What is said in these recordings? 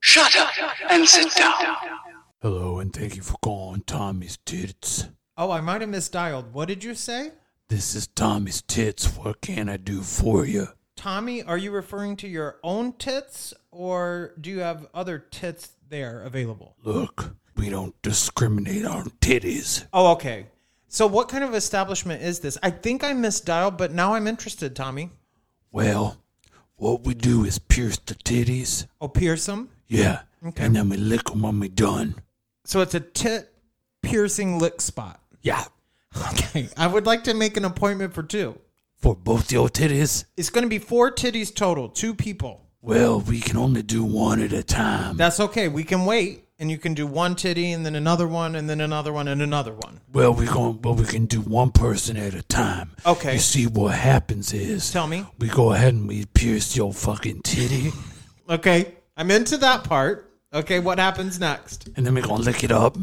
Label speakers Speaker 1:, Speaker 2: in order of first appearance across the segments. Speaker 1: Shut up and sit down.
Speaker 2: Hello, and thank you for calling Tommy's Tits.
Speaker 3: Oh, I might have misdialed. What did you say?
Speaker 2: This is Tommy's Tits. What can I do for you?
Speaker 3: Tommy, are you referring to your own tits or do you have other tits there available?
Speaker 2: Look, we don't discriminate on titties.
Speaker 3: Oh, okay. So, what kind of establishment is this? I think I misdialed, but now I'm interested, Tommy.
Speaker 2: Well, what we do is pierce the titties.
Speaker 3: Oh, Pearson?
Speaker 2: Yeah. And then we lick 'em when we done.
Speaker 3: So, it's a tit piercing lick spot.
Speaker 2: Yeah.
Speaker 3: Okay. I would like to make an appointment for two.
Speaker 2: For both your titties?
Speaker 3: It's going to be four titties total, two people.
Speaker 2: Well, we can only do one at a time.
Speaker 3: That's okay. We can wait and you can do one titty and then another one and then another one and another one.
Speaker 2: Well, we going well we can do one person at a time.
Speaker 3: Okay.
Speaker 2: You see what happens is
Speaker 3: Tell me.
Speaker 2: we go ahead and we pierce your fucking titty,
Speaker 3: Okay. I'm into that part. Okay. What happens next?
Speaker 2: and then we gonna lick it up.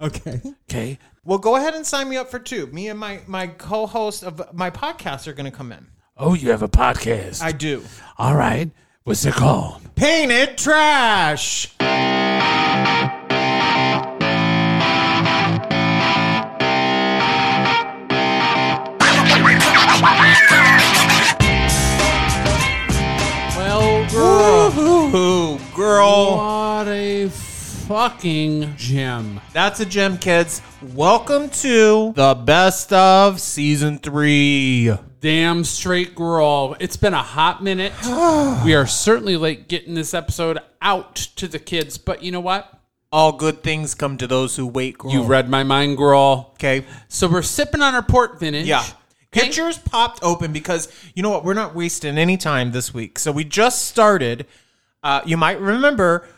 Speaker 3: Okay.
Speaker 2: Okay.
Speaker 3: Well, go ahead and sign me up for two. Me and my, my co host of my podcast are going to come in.
Speaker 2: Oh, you have a podcast.
Speaker 3: I do.
Speaker 2: All right. What's it called?
Speaker 3: Painted trash. Well, girl. Woohoo, girl.
Speaker 4: What a fucking gem.
Speaker 3: That's a gem, kids. Welcome to the best of season three.
Speaker 4: Damn straight girl. It's been a hot minute. we are certainly late getting this episode out to the kids, but you know what?
Speaker 3: All good things come to those who wait, girl.
Speaker 4: You read my mind, girl.
Speaker 3: Okay.
Speaker 4: So we're sipping on our port vintage.
Speaker 3: Yeah.
Speaker 4: Okay?
Speaker 3: Pictures popped open because you know what? We're not wasting any time this week. So we just started. Uh, you might remember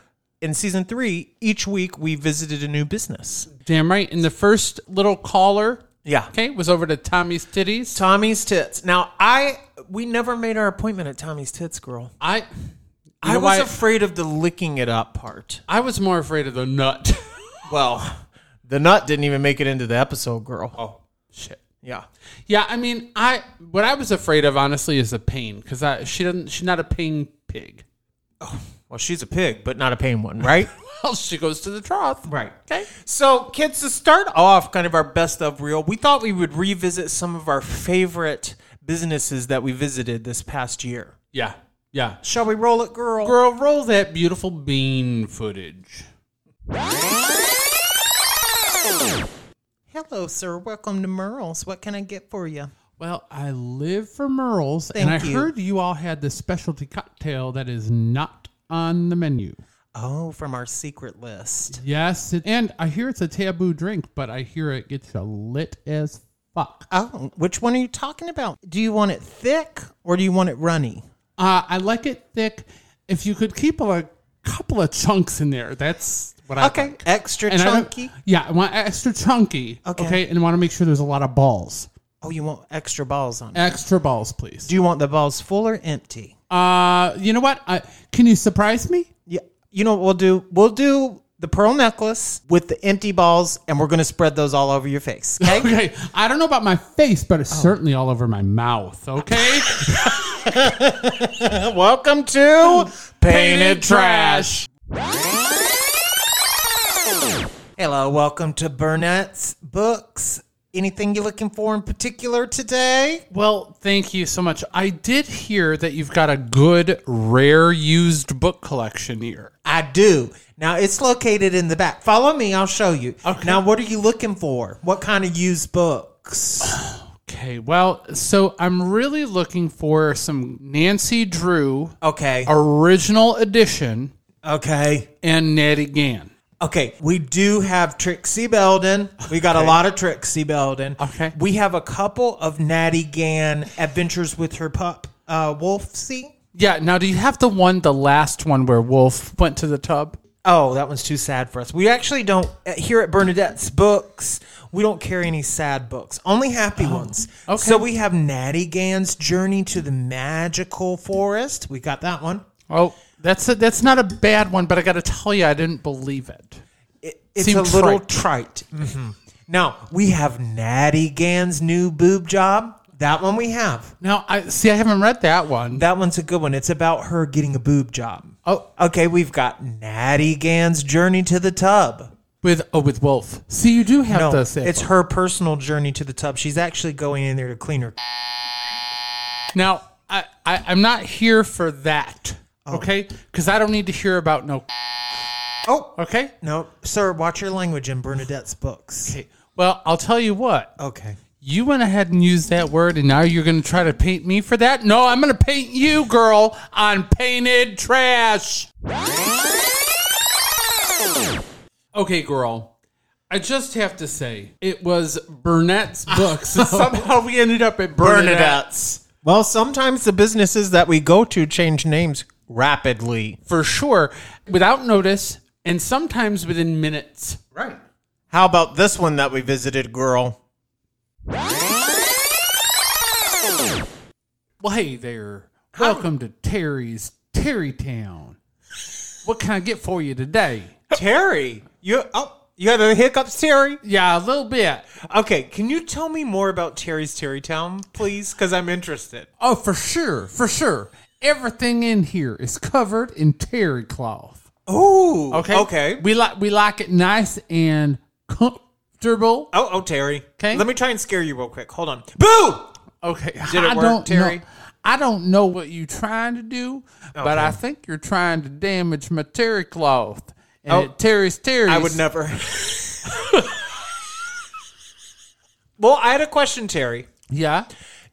Speaker 3: in season three, each week we visited a new business.
Speaker 4: Damn right. And the first little caller,
Speaker 3: Yeah.
Speaker 4: okay, was over to Tommy's Titties.
Speaker 3: Tommy's Tits. Now, I we never made our appointment at Tommy's Tits, girl.
Speaker 4: I, you know
Speaker 3: I was
Speaker 4: why?
Speaker 3: afraid of the licking it up part.
Speaker 4: I was more afraid of the nut.
Speaker 3: Well, the nut didn't even make it into the episode, girl. Oh,
Speaker 4: Shit.
Speaker 3: yeah.
Speaker 4: Yeah, I mean, I what I was afraid of honestly is the pain because I she doesn't she's not a pain pig.
Speaker 3: Well, she's a pig, but not a pain one, right?
Speaker 4: Well, she goes to the trough.
Speaker 3: right.
Speaker 4: Okay.
Speaker 3: So, kids, to start off, kind of our best of reel, we thought we would revisit some of our favorite businesses that we visited this past year.
Speaker 4: Yeah. Yeah.
Speaker 3: Shall we roll it, girl?
Speaker 4: Girl, roll that beautiful bean footage.
Speaker 3: Hello, sir. Welcome to Merle's. What can I get for you?
Speaker 4: Well, I live for Merle's, and
Speaker 3: Thank
Speaker 4: I
Speaker 3: you.
Speaker 4: heard you all had this specialty cocktail that is not on the menu.
Speaker 3: Oh, from our secret list.
Speaker 4: Yes, it, and I hear it's a taboo drink, but I hear it gets you lit as fuck.
Speaker 3: Oh, which one are you talking about? Do you want it thick or do you want it runny?
Speaker 4: Uh, I like it thick. If you could keep a couple of chunks in there, that's what I
Speaker 3: Okay,
Speaker 4: like.
Speaker 3: extra
Speaker 4: And I don't-
Speaker 3: chunky.
Speaker 4: yeah, I want extra chunky.
Speaker 3: Okay.
Speaker 4: okay, and want to make sure there's a lot of balls.
Speaker 3: Oh, you want extra balls on it?
Speaker 4: Extra balls, please.
Speaker 3: Do you want the balls full or empty?
Speaker 4: Uh, you know what? I, can you surprise me?
Speaker 3: Yeah. You know what we'll do? We'll do the pearl necklace with the empty balls, and we're gonna spread those all over your face. Okay.
Speaker 4: Okay, I don't know about my face, but it's certainly all over my mouth. Okay,
Speaker 3: Welcome to
Speaker 4: Painted Trash.
Speaker 3: Hello. Welcome to Burnett's Books. Anything you're looking for in particular today?
Speaker 4: Well, thank you so much. I did hear that you've got a good rare used book collection here.
Speaker 3: I do. Now it's located in the back. Follow me. I'll show you.
Speaker 4: Okay.
Speaker 3: Now, what are you looking for? What kind of used books?
Speaker 4: Okay, well, so I'm really looking for some Nancy Drew
Speaker 3: Okay.
Speaker 4: original edition
Speaker 3: Okay.
Speaker 4: and Natty Gann.
Speaker 3: Okay, we do have Trixie Belden. We got a lot of Trixie Belden.
Speaker 4: Okay.
Speaker 3: We have a couple of Natty Gann adventures with her pup, uh, Wolfie.
Speaker 4: Yeah, now do you have the one, the last one where Wolf went to the tub?
Speaker 3: Oh, that one's too sad for us. We actually don't, uh, here at Bernadette's Books, we don't carry any sad books, only happy ones.
Speaker 4: okay.
Speaker 3: So we have Natty Gann's Journey to the Magical Forest. We got that one.
Speaker 4: Oh, that's a, that's not a bad one, but I got to tell you, I didn't believe it.
Speaker 3: It, it's
Speaker 4: Seemed
Speaker 3: a little
Speaker 4: trite.
Speaker 3: trite. Mhm. Now, we have Natty Gann's New Boob Job. That one we have.
Speaker 4: Now, I see, I haven't read that one.
Speaker 3: That one's a good one. It's about her getting a boob job. Oh, okay. We've got Natty Gann's journey to the tub.
Speaker 4: With oh, with Wolf. See, you do have
Speaker 3: No,
Speaker 4: to say
Speaker 3: it's her personal journey to the tub. She's actually going in there to clean her.
Speaker 4: Now, I, I I'm not here for that. Okay, because I don't need to hear about no.
Speaker 3: Oh.
Speaker 4: Okay.
Speaker 3: No, sir. Watch your language in Bernadette's books.
Speaker 4: Okay. Well, I'll tell you what.
Speaker 3: Okay.
Speaker 4: You went ahead and used that word, and now you're going to try to paint me for that? No, I'm going to paint you, girl, on painted trash. Okay, girl. I just have to say, it was Burnett's books. Somehow we ended up at Bernadette.
Speaker 3: Well, sometimes the businesses that we go to change names rapidly.
Speaker 4: For sure, without notice, and sometimes within minutes.
Speaker 3: Right. How about this one that we visited, girl?
Speaker 4: Well, hey there. Welcome to Terry's Terrytown. What can I get for you today?
Speaker 3: Terry, you oh, you had the hiccups, Terry.
Speaker 4: Yeah, a little bit.
Speaker 3: Okay, can you tell me more about Terry's Terrytown, please? Because I'm interested.
Speaker 4: Oh, for sure, for sure. Everything in here is covered in terry cloth.
Speaker 3: Ooh. Okay. Okay.
Speaker 4: We like we like it nice and comfortable.
Speaker 3: Oh, oh, Terry.
Speaker 4: 'Kay.
Speaker 3: Let me try and scare you real quick. Hold on. Boo!
Speaker 4: Okay.
Speaker 3: Did it work, Terry?
Speaker 4: Know, I don't know what you're trying to do, but I think you're trying to damage my terry cloth. And
Speaker 3: Oh.
Speaker 4: it terry's terry.
Speaker 3: I would never. well, I had a question, Terry.
Speaker 4: Yeah.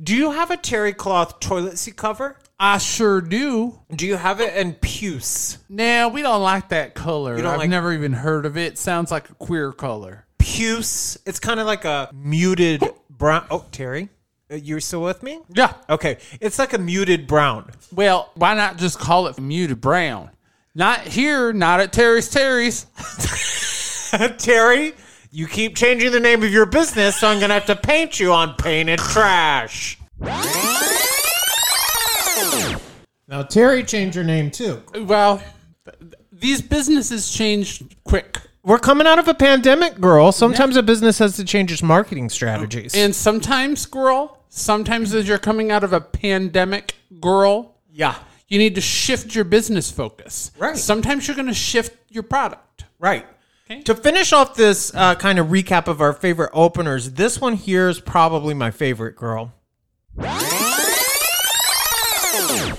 Speaker 3: Do you have a terry cloth toilet seat cover?
Speaker 4: I sure do.
Speaker 3: Do you have it in puce?
Speaker 4: Nah, we don't like that color.
Speaker 3: don't
Speaker 4: I've
Speaker 3: like-
Speaker 4: never even heard of it. Sounds like a queer color.
Speaker 3: Puce. It's kind of like a muted brown. Oh, Terry, uh, you're still with me?
Speaker 4: Yeah.
Speaker 3: Okay, it's like a muted brown.
Speaker 4: Well, why not just call it muted brown? Not here, not at Terry's Terry's.
Speaker 3: Terry, you keep changing the name of your business, so I'm gonna have to paint you on painted trash. Now, Terry, change your name too.
Speaker 4: Well, th- th- these businesses change quick,
Speaker 3: We're coming out of a pandemic, girl. Sometimes a business has to change its marketing strategies.
Speaker 4: and sometimes, girl, sometimes as you're coming out of a pandemic, girl,
Speaker 3: yeah,
Speaker 4: you need to shift your business focus.
Speaker 3: Right.
Speaker 4: Sometimes you're going to shift your product.
Speaker 3: right. To finish off this uh, kind of recap of our favorite openers, this one here is probably my favorite, girl.
Speaker 4: Well,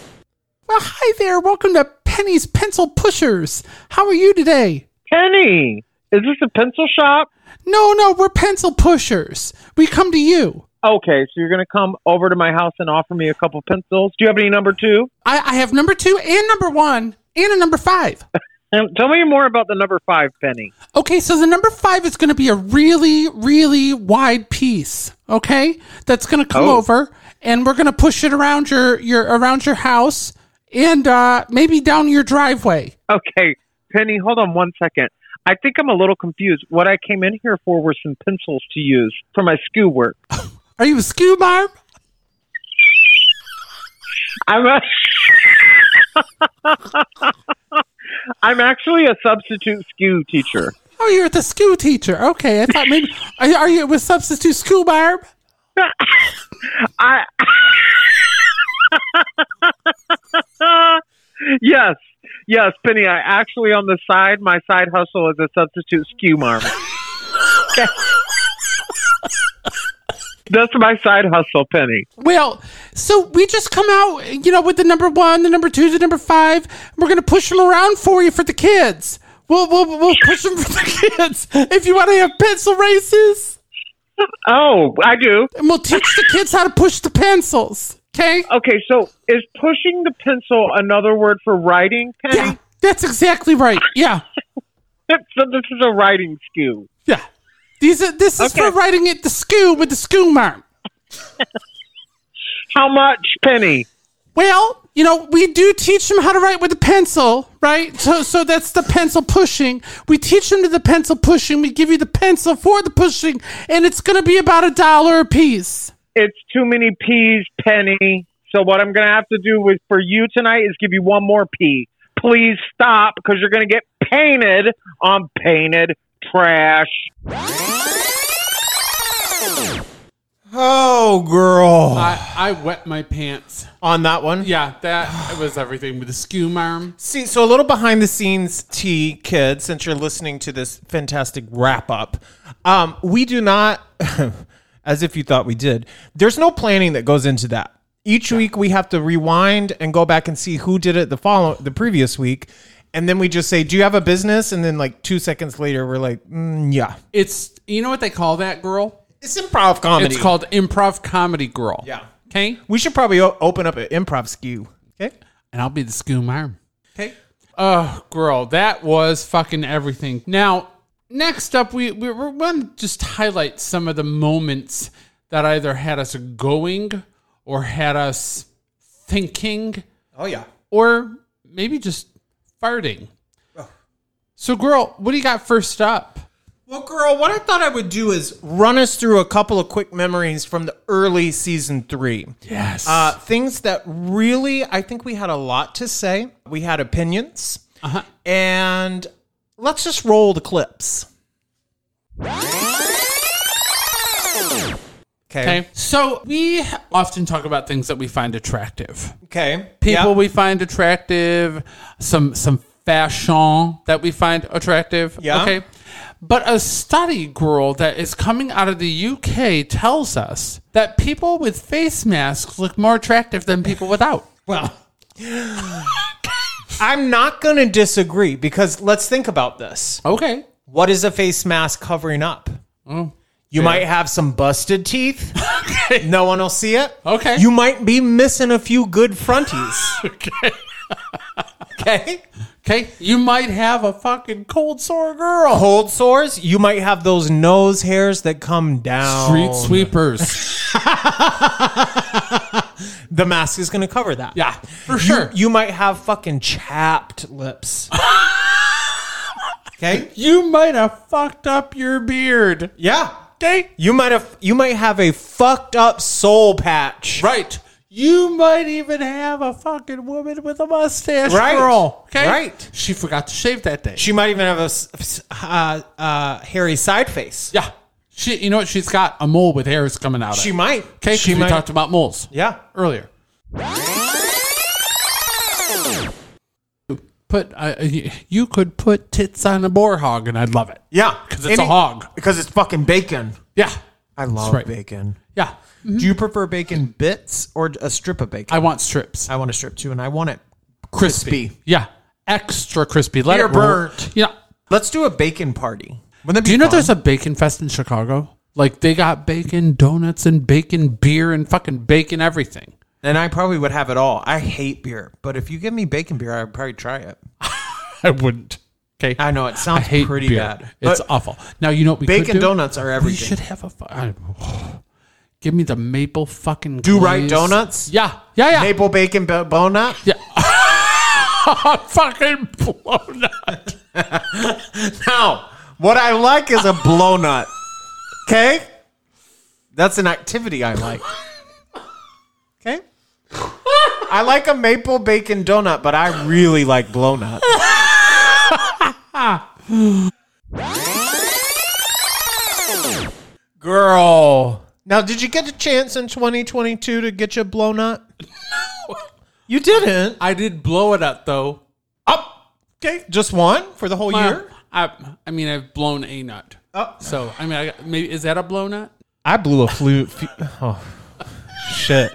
Speaker 4: hi there. Welcome to Penny's Pencil Pushers. How are you today?
Speaker 5: Penny, is this a pencil shop?
Speaker 4: No, no, we're pencil pushers. We come to you.
Speaker 5: Okay, so you're going to come over to my house and offer me a couple pencils. Do you have any number two?
Speaker 4: I, I have number two and number one and a number five.
Speaker 5: Um, tell me more about the number five, Penny.
Speaker 4: Okay, so the number five is going to be a really, really wide piece. Okay, that's going to come
Speaker 5: Oh.
Speaker 4: over, and we're going to push it around your your around your house, and uh, maybe down your driveway.
Speaker 5: Okay, Penny, hold on one second. I think I'm a little confused. What I came in here for were some pencils to use for my schoolwork.
Speaker 4: Are you a scuba arm?
Speaker 5: I'm a. I'm actually a substitute SKU teacher.
Speaker 4: Oh, you're the school teacher. Okay, I thought maybe are, you- are you with substitute school barb?
Speaker 5: I. yes, yes, Penny. I actually on the side, my side hustle is a substitute skew marm. That's my side hustle, Penny.
Speaker 4: Well, so we just come out, you know, with the number one, the number two, the number five. and We're gonna push them around for you for the kids. We'll we'll, we'll push them for the kids if you want to have pencil races,
Speaker 5: Oh, I do.
Speaker 4: and we'll teach the kids how to push the pencils. Okay?
Speaker 5: Okay, so is pushing the pencil another word for writing, Penny?
Speaker 4: Yeah, that's exactly right. Yeah,
Speaker 5: so this is a writing skew.
Speaker 4: yeah. These are, this is for
Speaker 5: Okay.
Speaker 4: writing at the school with the school marm.
Speaker 5: How much, Penny?
Speaker 4: Well, you know, we do teach them how to write with a pencil, right? So, so that's the pencil pushing. We teach them to the pencil pushing. We give you the pencil for the pushing, and it's going to be about a dollar a piece.
Speaker 5: it's too many peas, Penny. So what I'm gonna have to do is for you tonight is give you one more pea. Please stop because you're gonna get painted on painted trash.
Speaker 3: Oh, girl.
Speaker 4: I, I wet my pants.
Speaker 3: On that one?
Speaker 4: Yeah, that was everything with the skew arm.
Speaker 3: See, so a little behind the scenes tea, kids, since you're listening to this fantastic wrap up. Um, we do not, as if you thought we did, there's no planning that goes into that. Each week we have to rewind and go back and see who did it the follow the previous week. And then we just say, Do you have a business? And then like two seconds later, we're like, "Mm, yeah.
Speaker 4: It's you know what they call that girl?
Speaker 3: It's improv comedy.
Speaker 4: It's called improv comedy girl.
Speaker 3: Yeah.
Speaker 4: Okay?
Speaker 3: We should probably o- open up an improv skew. Okay.
Speaker 4: And I'll be the skew arm.
Speaker 3: Okay.
Speaker 4: Oh, girl, that was fucking everything. Now, next up, we we we're going to just highlight some of the moments that either had us going or had us thinking
Speaker 3: Oh yeah.
Speaker 4: or maybe just farting. So, girl, what do you got first up?
Speaker 3: Well, girl, what I thought I would do is run us through a couple of quick memories from the early season three.
Speaker 4: Yes.
Speaker 3: Uh, things that really, I think we had a lot to say. We had opinions. Uh-huh. And let's just roll the clips. Okay.
Speaker 4: okay. So, we often talk about things that we find attractive.
Speaker 3: Okay.
Speaker 4: people
Speaker 3: Yeah.
Speaker 4: we find attractive, some some fashion that we find attractive.
Speaker 3: Yeah.
Speaker 4: Okay. But a study, girl, that is coming out of the UK tells us that people with face masks look more attractive than people without.
Speaker 3: Well, I'm not going to disagree because let's think about this.
Speaker 4: Okay.
Speaker 3: What is a face mask covering up?
Speaker 4: Mm.
Speaker 3: you might have some busted teeth. No one will see it.
Speaker 4: Okay.
Speaker 3: You might be missing a few good fronties. okay.
Speaker 4: Okay. You might have a fucking cold sore girl.
Speaker 3: Cold sores, you might have those nose hairs that come down.
Speaker 4: Street sweepers.
Speaker 3: The mask is going to cover that.
Speaker 4: yeah, for sure.
Speaker 3: You might have fucking chapped lips. okay?
Speaker 4: You might have fucked up your beard.
Speaker 3: Yeah.
Speaker 4: Okay.
Speaker 3: You might have you might have a fucked up soul patch.
Speaker 4: Right. You might even have a fucking woman with a mustache,
Speaker 3: Right.
Speaker 4: girl. Okay.
Speaker 3: Right.
Speaker 4: She forgot to shave that day.
Speaker 3: She might even have a s- s- uh, uh, hairy side face.
Speaker 4: yeah. She. You know what? She's got a mole with hairs coming out.
Speaker 3: She
Speaker 4: of it.
Speaker 3: might.
Speaker 4: Okay.
Speaker 3: She
Speaker 4: She we
Speaker 3: might.
Speaker 4: talked about moles
Speaker 3: yeah.
Speaker 4: earlier. Put uh, you you could put tits on a boar hog, and I'd love it.
Speaker 3: Yeah.
Speaker 4: Because it's a hog.
Speaker 3: Because it's fucking bacon.
Speaker 4: Yeah.
Speaker 3: I love
Speaker 4: right.
Speaker 3: bacon.
Speaker 4: Yeah.
Speaker 3: Do you prefer bacon bits or a strip of bacon?
Speaker 4: I want strips.
Speaker 3: I want a strip too, and I want it
Speaker 4: Crispy.
Speaker 3: crispy.
Speaker 4: Yeah. Extra crispy. Let
Speaker 3: You're
Speaker 4: it roll.
Speaker 3: burnt.
Speaker 4: Yeah.
Speaker 3: Let's do a bacon party. Wouldn't that
Speaker 4: Do you know
Speaker 3: fun?
Speaker 4: there's a bacon fest in Chicago? Like they got bacon donuts and bacon beer and fucking bacon everything.
Speaker 3: And I probably would have it all. I hate beer, but if you give me bacon beer, I'd probably try it.
Speaker 4: I wouldn't. Okay,
Speaker 3: I know it sounds pretty bad.
Speaker 4: It's
Speaker 3: but
Speaker 4: awful. Now you know what we could
Speaker 3: bacon
Speaker 4: do?
Speaker 3: donuts are
Speaker 4: We
Speaker 3: everything.
Speaker 4: should have a. fu- I- give me the maple fucking.
Speaker 3: Do right
Speaker 4: glaze.
Speaker 3: donuts?
Speaker 4: Yeah, yeah, yeah.
Speaker 3: Maple bacon bo- donut.
Speaker 4: yeah. I'm fucking blown up.
Speaker 3: Now, what I like is a blownut. Okay? That's an activity I like. Okay? I like a maple bacon donut, but I really like blownut. Girl. Now, did you get a chance in 2022 to get your blownut? You didn't.
Speaker 4: I did blow it up though.
Speaker 3: Up. Okay. Just one for the whole year?
Speaker 4: Uh, I, I mean, I've blown a nut.
Speaker 3: Oh.
Speaker 4: So I mean, I, got- maybe is that a blow nut?
Speaker 3: I blew a flu. fu- oh, shit.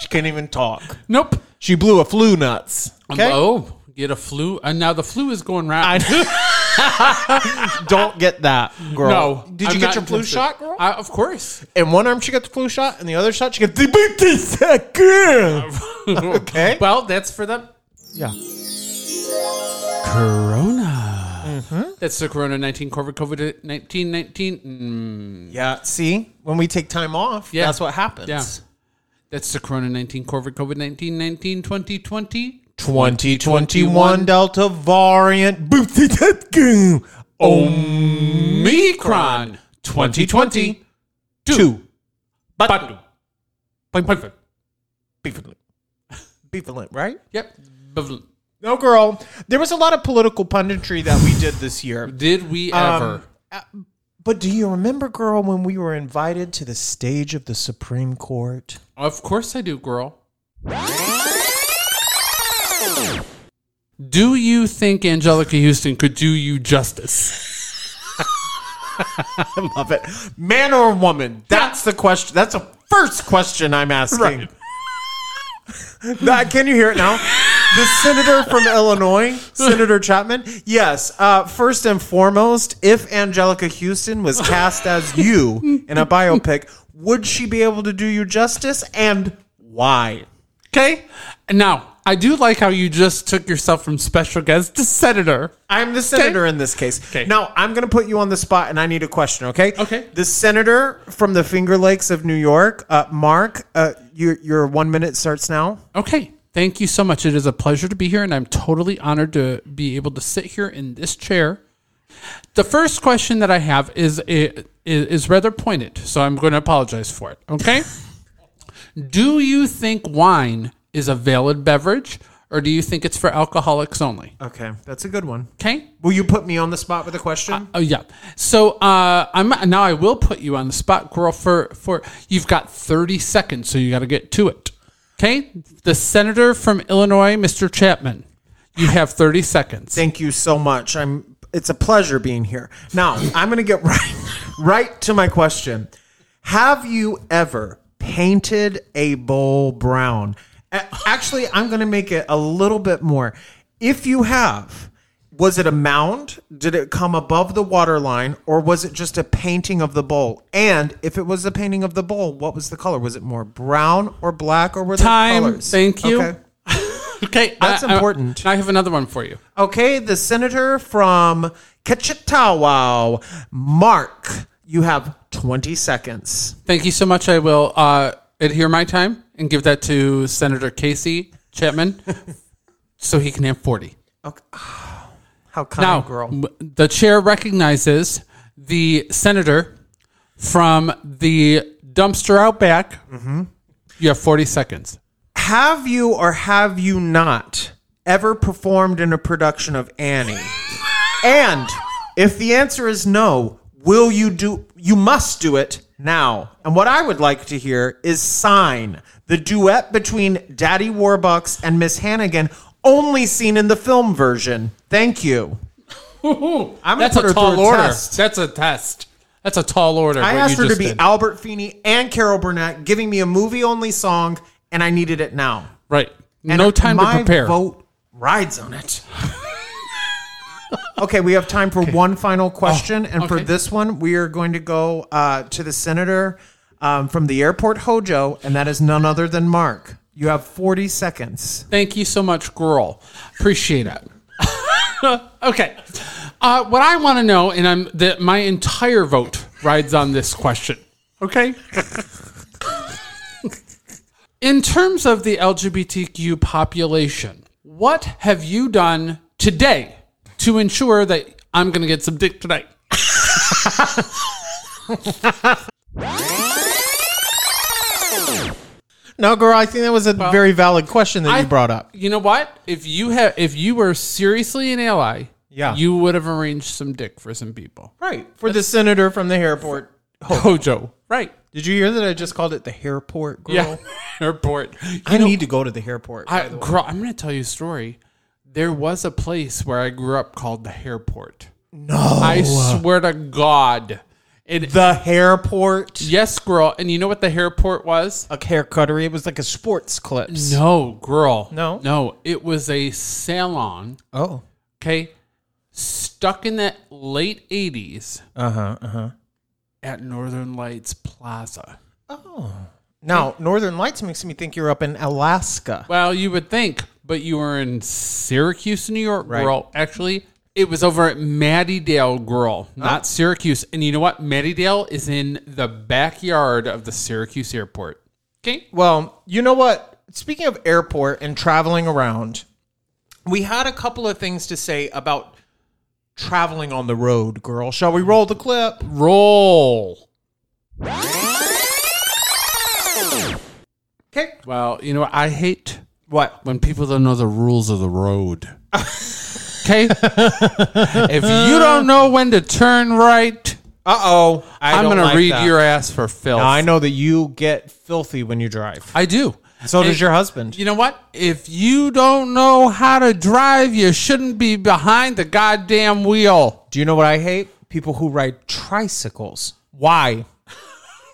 Speaker 3: She can't even talk.
Speaker 4: Nope.
Speaker 3: She blew a flu nuts. Okay.
Speaker 4: Oh, get a flu. And now the flu is going round.
Speaker 3: Don't get that, girl.
Speaker 4: no.
Speaker 3: Did you
Speaker 4: I'm
Speaker 3: get
Speaker 4: not
Speaker 3: your flu
Speaker 4: interested.
Speaker 3: shot, girl?
Speaker 4: I, Uh, of course.
Speaker 3: in one arm, she got the flu shot, and the other shot, she got the booty second. Okay.
Speaker 4: Well, that's for the
Speaker 3: Yeah.
Speaker 4: Corona.
Speaker 3: Mm-hmm.
Speaker 4: That's the Corona 19, COVID, COVID 19, 19. Mm.
Speaker 3: Yeah. See, when we take time off,
Speaker 4: Yeah.
Speaker 3: that's what happens.
Speaker 4: Yeah. That's the Corona 19, COVID, COVID 19, 19, 2020.
Speaker 3: 2021 Delta variant. Booty second.
Speaker 4: Omicron 2020.
Speaker 3: Two.
Speaker 4: But.
Speaker 3: Benevolent. Benevolent, right?
Speaker 4: Yep. Bivalent.
Speaker 3: No, girl. There was a lot of political punditry that we did this year.
Speaker 4: Did we ever?
Speaker 3: But do you remember, girl, when we were invited to the stage of the Supreme Court?
Speaker 4: Of course I do, girl. Do you think Angelica Houston could do you justice?
Speaker 3: I love it. Man or woman? That's the question. That's the first question I'm asking. That- can you hear it now? The senator from Illinois, Senator Chapman. Yes. Uh, first and foremost, if Angelica Houston was cast as you in a biopic, would she be able to do you justice and why?
Speaker 4: Okay. Now, I do like how you just took yourself from special guest to senator.
Speaker 3: I'm the senator in this case.
Speaker 4: Okay.
Speaker 3: Now I'm going to put you on the spot, and I need a question. Okay.
Speaker 4: Okay.
Speaker 3: The senator from the Finger Lakes of New York, uh, Mark. Uh, your your one minute starts now.
Speaker 4: Okay. Thank you so much. It is a pleasure to be here, and I'm totally honored to be able to sit here in this chair. The first question that I have is is, is rather pointed, so I'm going to apologize for it. Okay. do you think wine is a valid beverage, or do you think it's for alcoholics only?
Speaker 3: Okay, that's a good one.
Speaker 4: Okay.
Speaker 3: Will you put me on the spot with a question?
Speaker 4: Oh yeah. So uh, I'm now. I will put you on the spot, girl. For for you've got 30 seconds, so you got to get to it. Okay. The senator from Illinois, Mr. Chapman. You have 30 seconds.
Speaker 3: Thank you so much. I'm. It's a pleasure being here. Now I'm going to get right right to my question. Have you ever painted a bowl brown? A- Actually, I'm going to make it a little bit more. If you have, was it a mound? Did it come above the water line, or was it just a painting of the bowl? And if it was a painting of the bowl, what was the color? Was it more brown or black, or were there
Speaker 4: Time.
Speaker 3: colors?
Speaker 4: Thank you.
Speaker 3: Okay.
Speaker 4: Okay.
Speaker 3: That's
Speaker 4: I- I-
Speaker 3: important.
Speaker 4: I have another one for you.
Speaker 3: Okay, the senator from Ketchitawa, Mark, you have 20 seconds.
Speaker 4: Thank you so much. I will uh, adhere my time and give that to Senator Casey Chapman, so he can have 40.
Speaker 3: How kind,
Speaker 4: Now,
Speaker 3: girl.
Speaker 4: m- the chair recognizes the senator from the dumpster out back.
Speaker 3: Mm-hmm.
Speaker 4: You have 40 seconds.
Speaker 3: Have you or have you not ever performed in a production of Annie? and if the answer is no, will you do you must do it now. And what I would like to hear is Sign, the duet between Daddy Warbucks and Miss Hannigan, only seen in the film version. Thank you. I'm gonna
Speaker 4: That's
Speaker 3: put her
Speaker 4: a tall
Speaker 3: through a
Speaker 4: order.
Speaker 3: test.
Speaker 4: That's a test. That's a tall order.
Speaker 3: I
Speaker 4: what
Speaker 3: asked
Speaker 4: you
Speaker 3: her to
Speaker 4: just
Speaker 3: be
Speaker 4: did.
Speaker 3: Albert Feeney and Carol Burnett, giving me a movie only song, and I needed it now.
Speaker 4: Right.
Speaker 3: And
Speaker 4: No time to
Speaker 3: my
Speaker 4: prepare.
Speaker 3: Vote rides on it. okay, Oh, we have time for one final question, and for
Speaker 4: okay.
Speaker 3: this one, we are going to go uh, to the senator um, from the airport, Hojo, and that is none other than Mark. You have 40 seconds.
Speaker 4: Thank you so much, girl. Appreciate it. okay. Uh, what I want to know, and I'm that my entire vote rides on this question. Okay. In terms of the LGBTQ population, what have you done today to ensure that I'm going to get some dick tonight?
Speaker 3: No, girl, I think that was a very valid question that you brought up.
Speaker 4: You know what? If you have, if you were seriously an ally,
Speaker 3: Yeah.
Speaker 4: you would have arranged some dick for some people.
Speaker 3: Right. For the senator from the airport.
Speaker 4: Hojo, right?
Speaker 3: Did you hear that I just called it the airport, girl?
Speaker 4: Yeah, airport.
Speaker 3: I need to go to Oh. the airport.
Speaker 4: I, girl, I'm going to tell you a story. There was a place where I grew up called the Hairport. No, I swear to God. It,
Speaker 3: the airport.
Speaker 4: yes, girl. And you know what the Hairport was?
Speaker 3: a haircuttery. It was like a sports clips.
Speaker 4: No, girl.
Speaker 3: No?
Speaker 4: no. It was a salon.
Speaker 3: Oh.
Speaker 4: Okay, stuck in that late '80s
Speaker 3: Uh huh. Uh huh.
Speaker 4: at Northern Lights Plaza.
Speaker 3: Now, Northern Lights makes me think you're up in Alaska.
Speaker 4: Well, you would think, but you were in Syracuse, New York, girl. Actually, it was over at Mattydale, girl, not Syracuse. And you know what? Mattydale is in the backyard of the Syracuse airport. Okay.
Speaker 3: Well, you know what? Speaking of airport and traveling around, we had a couple of things to say about traveling on the road, girl. Shall we roll the clip?
Speaker 4: Roll.
Speaker 3: Okay.
Speaker 4: Well, you know what? I hate
Speaker 3: What?
Speaker 4: when people don't know the rules of the road. Okay. if you don't know when to turn right,
Speaker 3: Uh oh.
Speaker 4: I'm going to read your ass for filth.
Speaker 3: I know that you get filthy when you drive.
Speaker 4: I do.
Speaker 3: So does
Speaker 4: It-
Speaker 3: your husband.
Speaker 4: You know what? If you don't know how to drive, you shouldn't be behind the goddamn wheel.
Speaker 3: Do you know what I hate? People who ride tricycles. Why?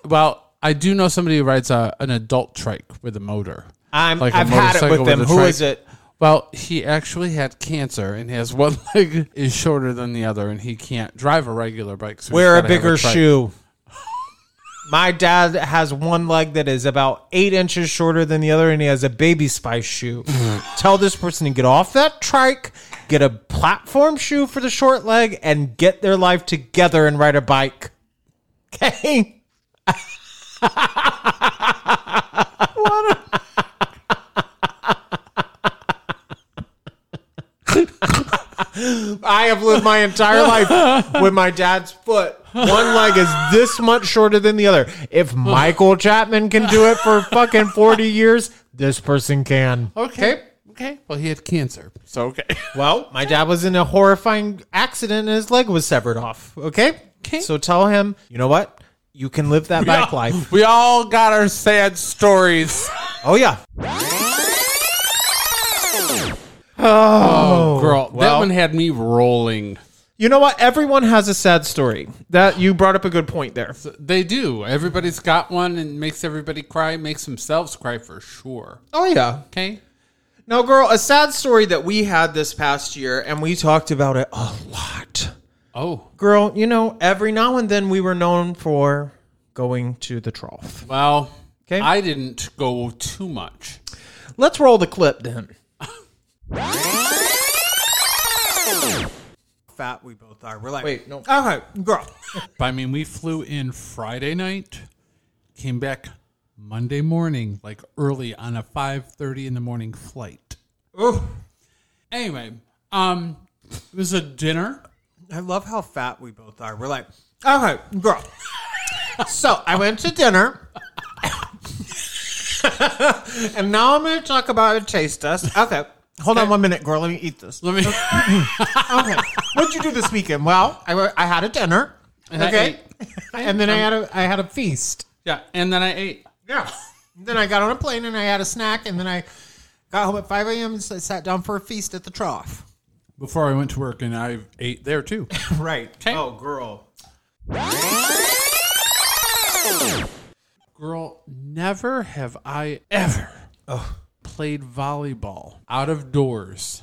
Speaker 4: Well, I do know somebody who rides a, an adult trike with a motor.
Speaker 3: I'm,
Speaker 4: Like a
Speaker 3: I've had it
Speaker 4: motorcycle
Speaker 3: with
Speaker 4: with
Speaker 3: them.
Speaker 4: a
Speaker 3: Who
Speaker 4: trike.
Speaker 3: is it?
Speaker 4: Well, he actually had cancer and his one leg is shorter than the other, and he can't drive a regular bike. So he's
Speaker 3: Wear a
Speaker 4: gotta have
Speaker 3: bigger
Speaker 4: trike.
Speaker 3: shoe. My dad has one leg that is about eight inches shorter than the other, and he has a baby spice shoe. Tell this person to get off that trike, get a platform shoe for the short leg, and get their life together and ride a bike. Okay. I have lived my entire life with my dad's foot. One leg is this much shorter than the other. If Michael Chapman can do it for fucking 40 years, this person can.
Speaker 4: Okay. Okay. Well, he had cancer. So, okay.
Speaker 3: Well, my dad was in a horrifying accident and his leg was severed off. Okay?
Speaker 4: Okay.
Speaker 3: So tell him, you know what? You can live that back life.
Speaker 4: We all got our sad stories.
Speaker 3: Oh, yeah.
Speaker 4: Girl, that
Speaker 3: well.
Speaker 4: one had me rolling.
Speaker 3: You know what? Everyone has a sad story. That you brought up a good point there.
Speaker 4: They do. Everybody's got one and makes everybody cry, makes themselves cry for sure.
Speaker 3: Oh yeah.
Speaker 4: Okay.
Speaker 3: Now, girl, a sad story that we had this past year, and we talked about it a lot.
Speaker 4: Oh,
Speaker 3: Girl, you know, every now and then we were known for going to the trough.
Speaker 4: well,
Speaker 3: 'Kay.
Speaker 4: I didn't go too much.
Speaker 3: Let's roll the clip then.
Speaker 6: fat we both are. We're like,
Speaker 3: Wait, no. Okay, girl.
Speaker 4: But I mean, we flew in Friday night, came back Monday morning, like early on a 5:30 in the morning flight.
Speaker 3: Ooh,
Speaker 4: Anyway, um it was a dinner.
Speaker 6: I love how fat we both are. We're like,
Speaker 3: okay, girl. So I went to dinner. and now I'm going to talk about a taste test. Okay. Hold on one minute, girl. Let me eat this.
Speaker 4: Let me
Speaker 3: Okay. What'd you do this weekend? Well, I, wa- I had a dinner.
Speaker 4: I
Speaker 3: Okay. and then I had a I had a feast.
Speaker 4: Yeah, and then I ate.
Speaker 3: Yeah. then I got on a plane and I had a snack and then I got home at 5 a.m. and s- sat down for a feast at the trough.
Speaker 4: Before I went to work and I ate there too.
Speaker 3: Right.
Speaker 4: Oh,
Speaker 3: girl.
Speaker 4: Girl, never have I ever played volleyball out of doors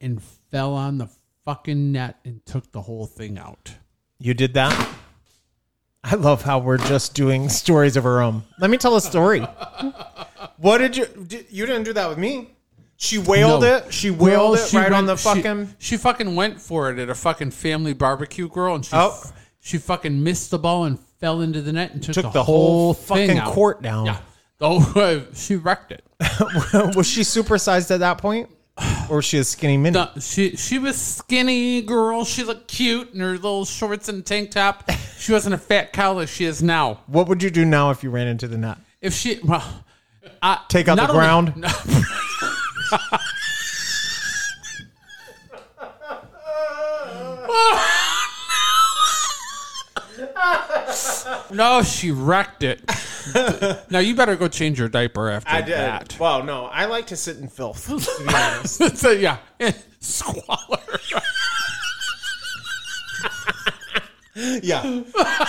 Speaker 4: and fell on the fucking net and took the whole thing out.
Speaker 3: You did that? I love how we're just doing stories of our own. Let me tell a story. what did you did, you didn't do that with me? She wailed
Speaker 4: No.
Speaker 3: it. She
Speaker 4: Well,
Speaker 3: wailed it
Speaker 4: she
Speaker 3: right on
Speaker 4: went-
Speaker 3: the
Speaker 4: she-
Speaker 3: fucking
Speaker 4: She, fucking went for it at a fucking family barbecue, girl, and she
Speaker 3: Oh.
Speaker 4: she fucking missed the ball and fell into the net and took,
Speaker 3: took
Speaker 4: the, whole, thing
Speaker 3: fucking
Speaker 4: out.
Speaker 3: court down.
Speaker 4: Yeah. Oh, she wrecked it.
Speaker 3: was she supersized at that point? Or was she a skinny mini?
Speaker 4: No, she she was skinny girl. She looked cute in her little shorts and tank top. She wasn't a fat cow like she is now.
Speaker 3: What would you do now if you ran into the net?
Speaker 4: If she well, I,
Speaker 3: Take out
Speaker 4: not
Speaker 3: the
Speaker 4: only-
Speaker 3: ground?
Speaker 4: No, she wrecked it. now you better go change your diaper after that.
Speaker 3: Well, no, I like to sit in filth.
Speaker 4: so yeah, squalor.
Speaker 3: yeah,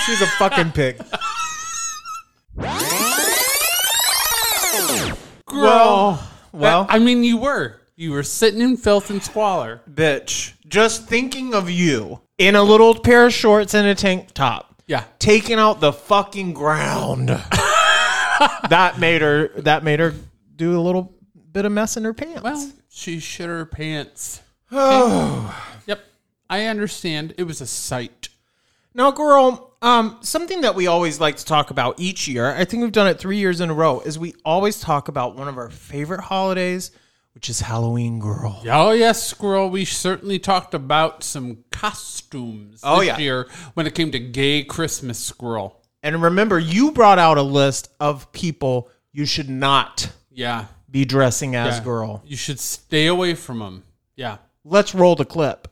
Speaker 3: she's a fucking pig.
Speaker 4: Girl.
Speaker 3: well,
Speaker 4: I mean, you were. You were sitting in filth and squalor.
Speaker 3: bitch. Just thinking of you in a little pair of shorts and a tank top,
Speaker 4: Yeah.
Speaker 3: taking out the fucking ground. that made her. That made her do a little bit of mess in her pants.
Speaker 4: Well, she shit her pants. Oh. Yep. I understand. It was a sight.
Speaker 3: Now, girl, um, something that we always like to talk about each year, I think we've done it three years in a row, is we always talk about one of our favorite holidays, which is Halloween, girl.
Speaker 4: Oh, yes, squirrel. We certainly talked about some costumes
Speaker 3: Oh,
Speaker 4: this
Speaker 3: yeah.
Speaker 4: year when it came to gay Christmas squirrel.
Speaker 3: And remember, you brought out a list of people you should not
Speaker 4: Yeah.
Speaker 3: be dressing as,
Speaker 4: Yeah.
Speaker 3: girl.
Speaker 4: You should stay away from them. Yeah.
Speaker 3: Let's roll the clip.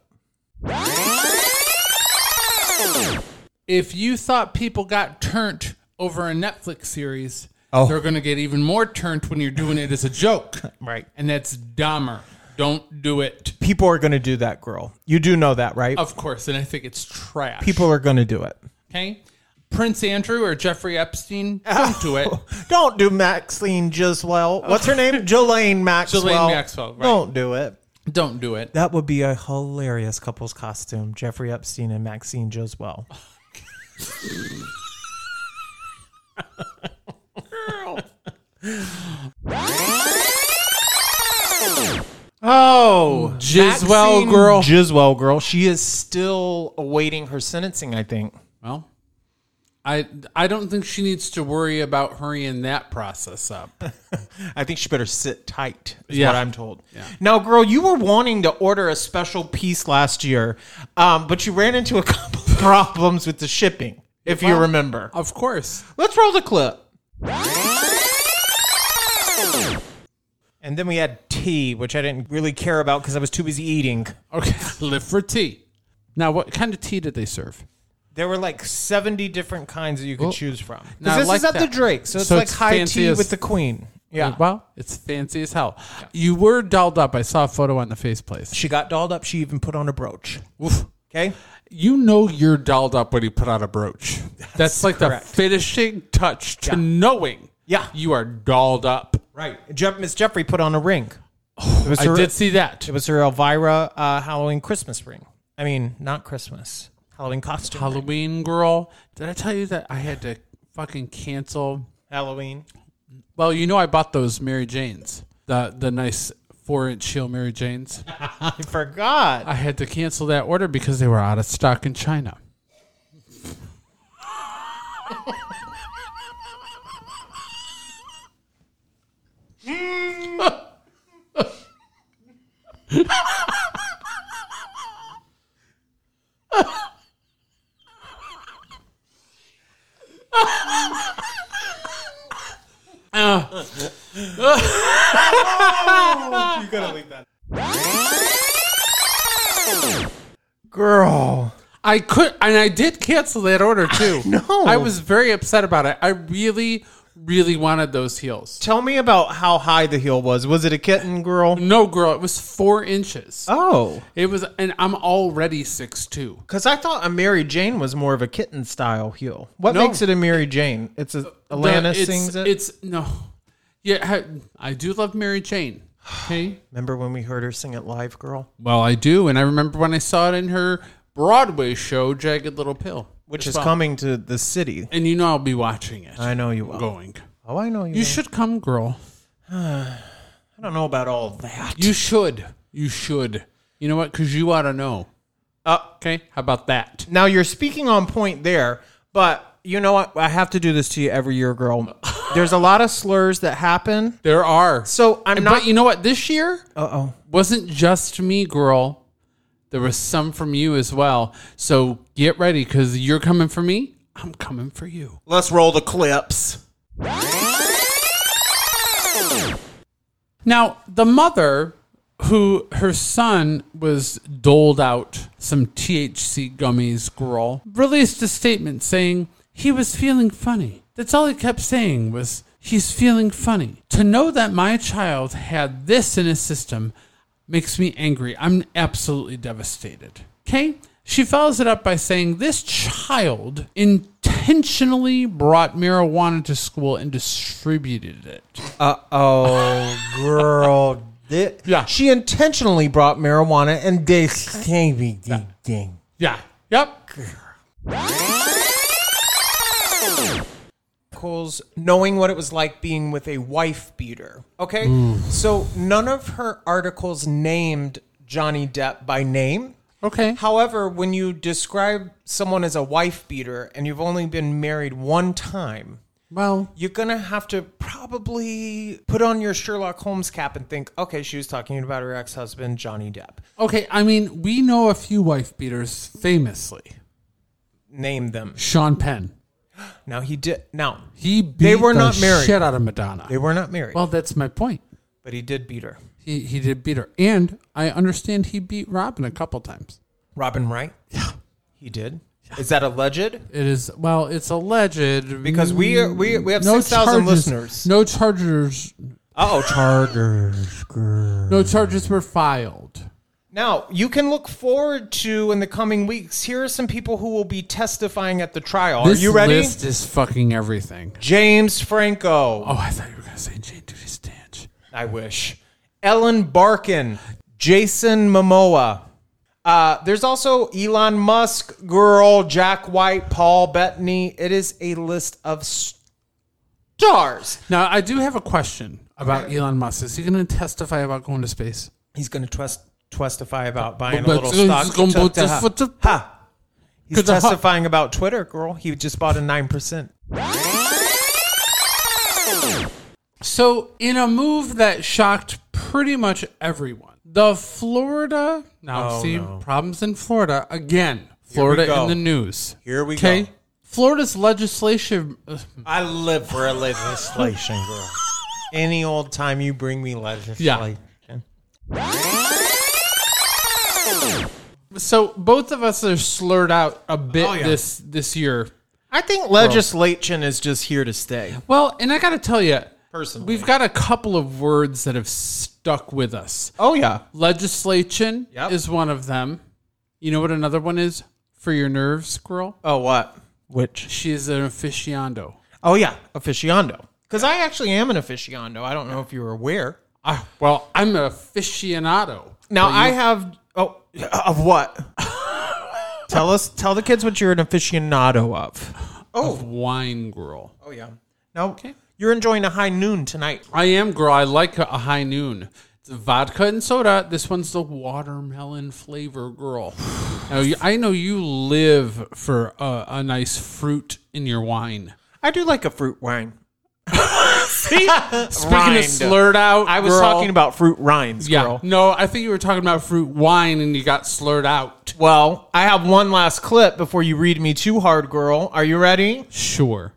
Speaker 4: if you thought people got turnt over a Netflix series,
Speaker 3: Oh.
Speaker 4: they're going to get even more turnt when you're doing it as a joke.
Speaker 3: Right.
Speaker 4: And that's dumber. Don't do it.
Speaker 3: People are going to do that, girl. You do know that, right?
Speaker 4: Of course. And I think it's trash.
Speaker 3: People are going to do it.
Speaker 4: Okay. Prince Andrew or Jeffrey Epstein, don't do it.
Speaker 3: Oh. Don't do Maxine Giswell. What's her name? Jelaine Maxwell.
Speaker 4: Ghislaine Maxwell, right.
Speaker 3: Don't do it.
Speaker 4: Don't do it.
Speaker 3: That would be a hilarious couple's costume. Jeffrey Epstein and Maxine Giswell. Oh,
Speaker 4: Giswell
Speaker 3: Maxine
Speaker 4: girl.
Speaker 3: Giswell girl. She is still awaiting her sentencing, I think.
Speaker 4: Well, I I don't think she needs to worry about hurrying that process up.
Speaker 3: I think she better sit tight, is
Speaker 4: Yeah.
Speaker 3: what I'm told. Now, girl, you were wanting to order a special piece last year, um, but you ran into a couple of problems with the shipping, if you remember.
Speaker 4: Of course.
Speaker 3: Let's roll the clip. And then we had tea, which I didn't really care about because I was too busy eating.
Speaker 4: Okay. Live for tea. Now, what kind of tea did they serve?
Speaker 3: There were like 70 different kinds that you could choose from. 'Cause
Speaker 4: Now, I
Speaker 3: this
Speaker 4: like
Speaker 3: is at the
Speaker 4: that.
Speaker 3: Drake, so it's
Speaker 4: So
Speaker 3: like
Speaker 4: it's
Speaker 3: high
Speaker 4: fancy
Speaker 3: tea
Speaker 4: as-
Speaker 3: with the queen. Yeah.
Speaker 4: Well, it's fancy as hell. You were dolled up. I saw a photo on the face place.
Speaker 3: She got dolled up. She even put on a brooch.
Speaker 4: Oof.
Speaker 3: Okay.
Speaker 4: You know you're dolled up when you put on a brooch. That's, like
Speaker 3: correct.
Speaker 4: the finishing touch to knowing
Speaker 3: Yeah.
Speaker 4: you are dolled up.
Speaker 3: Right. Je- Miss Jeffrey put on a ring. it was
Speaker 4: I did see that.
Speaker 3: It was her Elvira uh, Halloween Christmas ring. I mean, not Christmas. Halloween costume.
Speaker 4: Halloween girl. Did I tell you that I had to fucking cancel?
Speaker 3: Halloween.
Speaker 4: Well, you know I bought those Mary Janes, the the nice four inch heel Mary Janes.
Speaker 3: I forgot.
Speaker 4: I had to cancel that order because they were out of stock in China.
Speaker 3: Girl.
Speaker 4: I could, and I did cancel that order too. no, I was very upset about it. I really, really wanted those heels.
Speaker 3: Tell me about how high the heel was. Was it a kitten, girl?
Speaker 4: No, girl, it was four inches.
Speaker 3: Oh.
Speaker 4: It was, and I'm already six two.
Speaker 3: Because I thought a Mary Jane was more of a kitten style heel. What
Speaker 4: No.
Speaker 3: makes it a Mary Jane? It's a Alana
Speaker 4: it's,
Speaker 3: sings it.
Speaker 4: It's no, yeah, I, I do love Mary Jane. Okay,
Speaker 3: Remember when we heard her sing it live, girl?
Speaker 4: well, I do, and I remember when I saw it in her Broadway show, Jagged Little Pill,
Speaker 3: Which
Speaker 4: as
Speaker 3: is
Speaker 4: well.
Speaker 3: coming to the city.
Speaker 4: and you know I'll be watching it.
Speaker 3: I know you will.
Speaker 4: going.
Speaker 3: Oh, I know you.
Speaker 4: You
Speaker 3: will.
Speaker 4: should come, girl.
Speaker 3: I don't know about all that.
Speaker 4: You should. You should. You know what? Because you ought to know.
Speaker 3: Uh,
Speaker 4: Okay, how about that?
Speaker 3: Now you're speaking on point there, but you know what? I have to do this to you every year, girl. There's a lot of slurs that happen.
Speaker 4: There are.
Speaker 3: So I'm
Speaker 4: And-
Speaker 3: not.
Speaker 4: but you know what? This year
Speaker 3: Uh oh.
Speaker 4: wasn't just me, girl. There was some from you as well. So get ready because you're coming for me. I'm coming for you.
Speaker 3: Let's roll the clips.
Speaker 4: Now, the mother who her son was doled out some THC gummies, girl, released a statement saying he was feeling funny. That's all he kept saying was he's feeling funny. To know that my child had this in his system makes me angry. I'm absolutely devastated. Okay? She follows it up by saying this child intentionally brought marijuana to school and distributed it.
Speaker 3: Uh oh, girl. Thi-
Speaker 4: Yeah.
Speaker 3: She intentionally brought marijuana and they stingy ding ding.
Speaker 4: Yeah. Yep.
Speaker 3: Cole's knowing what it was like being with a wife beater. Okay. So none of her articles named Johnny Depp by name.
Speaker 4: Okay.
Speaker 3: However, when you describe someone as a wife beater and you've only been married one time,
Speaker 4: Well,
Speaker 3: you're gonna have to probably put on your Sherlock Holmes cap and think, okay, she was talking about her ex-husband Johnny Depp.
Speaker 4: okay. I mean, we know a few wife beaters famously.
Speaker 3: Name them.
Speaker 4: Sean Penn.
Speaker 3: Now he did. Now
Speaker 4: He beat
Speaker 3: They were
Speaker 4: the
Speaker 3: not married.
Speaker 4: shit out of Madonna.
Speaker 3: they were not married,
Speaker 4: well, "Oh, that's my point.
Speaker 3: but he did beat her.
Speaker 4: He, he did beat her. And I understand he beat Robin a couple times.
Speaker 3: Robin Wright. Yeah, he did. Is that alleged?
Speaker 4: It is well, it's alleged
Speaker 3: Because we are, we we have
Speaker 4: no
Speaker 3: six thousand
Speaker 4: charges.
Speaker 3: listeners.
Speaker 4: No chargers.
Speaker 3: Oh,
Speaker 4: Chargers. No charges were filed.
Speaker 3: Now, you can look forward to in the coming weeks. Here are some people who will be testifying at the trial.
Speaker 4: This
Speaker 3: are you ready?
Speaker 4: List is fucking everything.
Speaker 3: James Franco.
Speaker 4: Oh, I thought you were gonna say Jane Duty Stanch.
Speaker 3: I wish. Ellen Barkin. Jason Momoa. Uh, there's also Elon Musk, girl, Jack White, Paul Bettany. It is a list of stars.
Speaker 4: Now I do have a question about Elon Musk. Is he gonna testify about going to space?
Speaker 3: He's going to twist, testify about buying a
Speaker 4: But
Speaker 3: little
Speaker 4: it's
Speaker 3: stock.
Speaker 4: gonna
Speaker 3: to-
Speaker 4: put
Speaker 3: to-
Speaker 4: the
Speaker 3: ha.
Speaker 4: foot to-
Speaker 3: Ha. He's
Speaker 4: Could the ha-
Speaker 3: testifying about Twitter, girl. He just bought a 9%.
Speaker 4: So, in a move that shocked pretty much everyone, the Florida now
Speaker 3: Oh,
Speaker 4: see problems in Florida again. Florida
Speaker 3: go.
Speaker 4: in the news.
Speaker 3: Here we go.
Speaker 4: Florida's legislation. uh,
Speaker 3: I live for legislation, girl. Any old time you bring me legislation.
Speaker 4: So both of us are slurred out a bit
Speaker 3: Oh,
Speaker 4: this this year.
Speaker 3: I think legislation is just here to stay.
Speaker 4: Well, and I got to tell you,
Speaker 3: Personally.
Speaker 4: we've got a couple of words that have stuck with us.
Speaker 3: Oh yeah.
Speaker 4: Legislation
Speaker 3: Yep.
Speaker 4: is one of them. You know what another one is for your nerves, girl?
Speaker 3: Oh what? Which?
Speaker 4: She is an aficionado.
Speaker 3: Oh yeah, aficionado. Because I actually am an aficionado. I don't know if you were aware.
Speaker 4: Ah, well, I'm an aficionado.
Speaker 3: Now I have oh of what? tell us tell the kids what you're an aficionado of.
Speaker 4: Oh, wine girl.
Speaker 3: Oh yeah. Now you're enjoying a high noon tonight.
Speaker 4: I am girl. I like a high noon. It's vodka and soda. This one's the watermelon flavor girl. now you, I know you live for a, a nice fruit in your wine.
Speaker 3: I do like a fruit wine.
Speaker 4: Speaking
Speaker 3: Rind.
Speaker 4: of slurred out,
Speaker 3: I was
Speaker 4: girl-
Speaker 3: talking about fruit rinds,
Speaker 4: Yeah,
Speaker 3: girl.
Speaker 4: no, I think you were talking about fruit wine, and you got slurred out.
Speaker 3: Well, I have one last clip before you read me too hard, girl. Are you ready?
Speaker 4: Sure.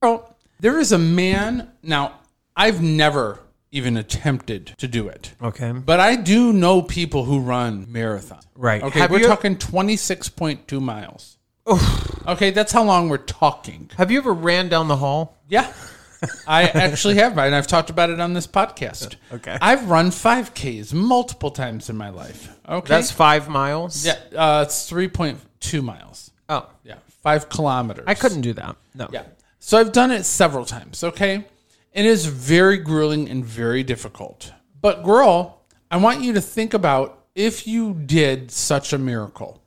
Speaker 4: Girl, there is a man. Now, I've never even attempted to do it.
Speaker 3: Okay.
Speaker 4: But I do know people who run marathon.
Speaker 3: Right.
Speaker 4: Okay,
Speaker 3: Have
Speaker 4: we're
Speaker 3: you-
Speaker 4: talking 26.2 miles. Okay, that's how long we're talking.
Speaker 3: Have you ever ran down the hall?
Speaker 4: Yeah. I actually have, and I've talked about it on this podcast. Okay. I've run 5Ks multiple times in my life. Okay.
Speaker 3: That's five miles.
Speaker 4: yeah, uh, it's 3.2 miles.
Speaker 3: Oh,
Speaker 4: Yeah, five kilometers.
Speaker 3: I couldn't do that. No.
Speaker 4: Yeah. So I've done it several times, okay? It is very grueling and very difficult. But, girl, I want you to think about if you did such a miracle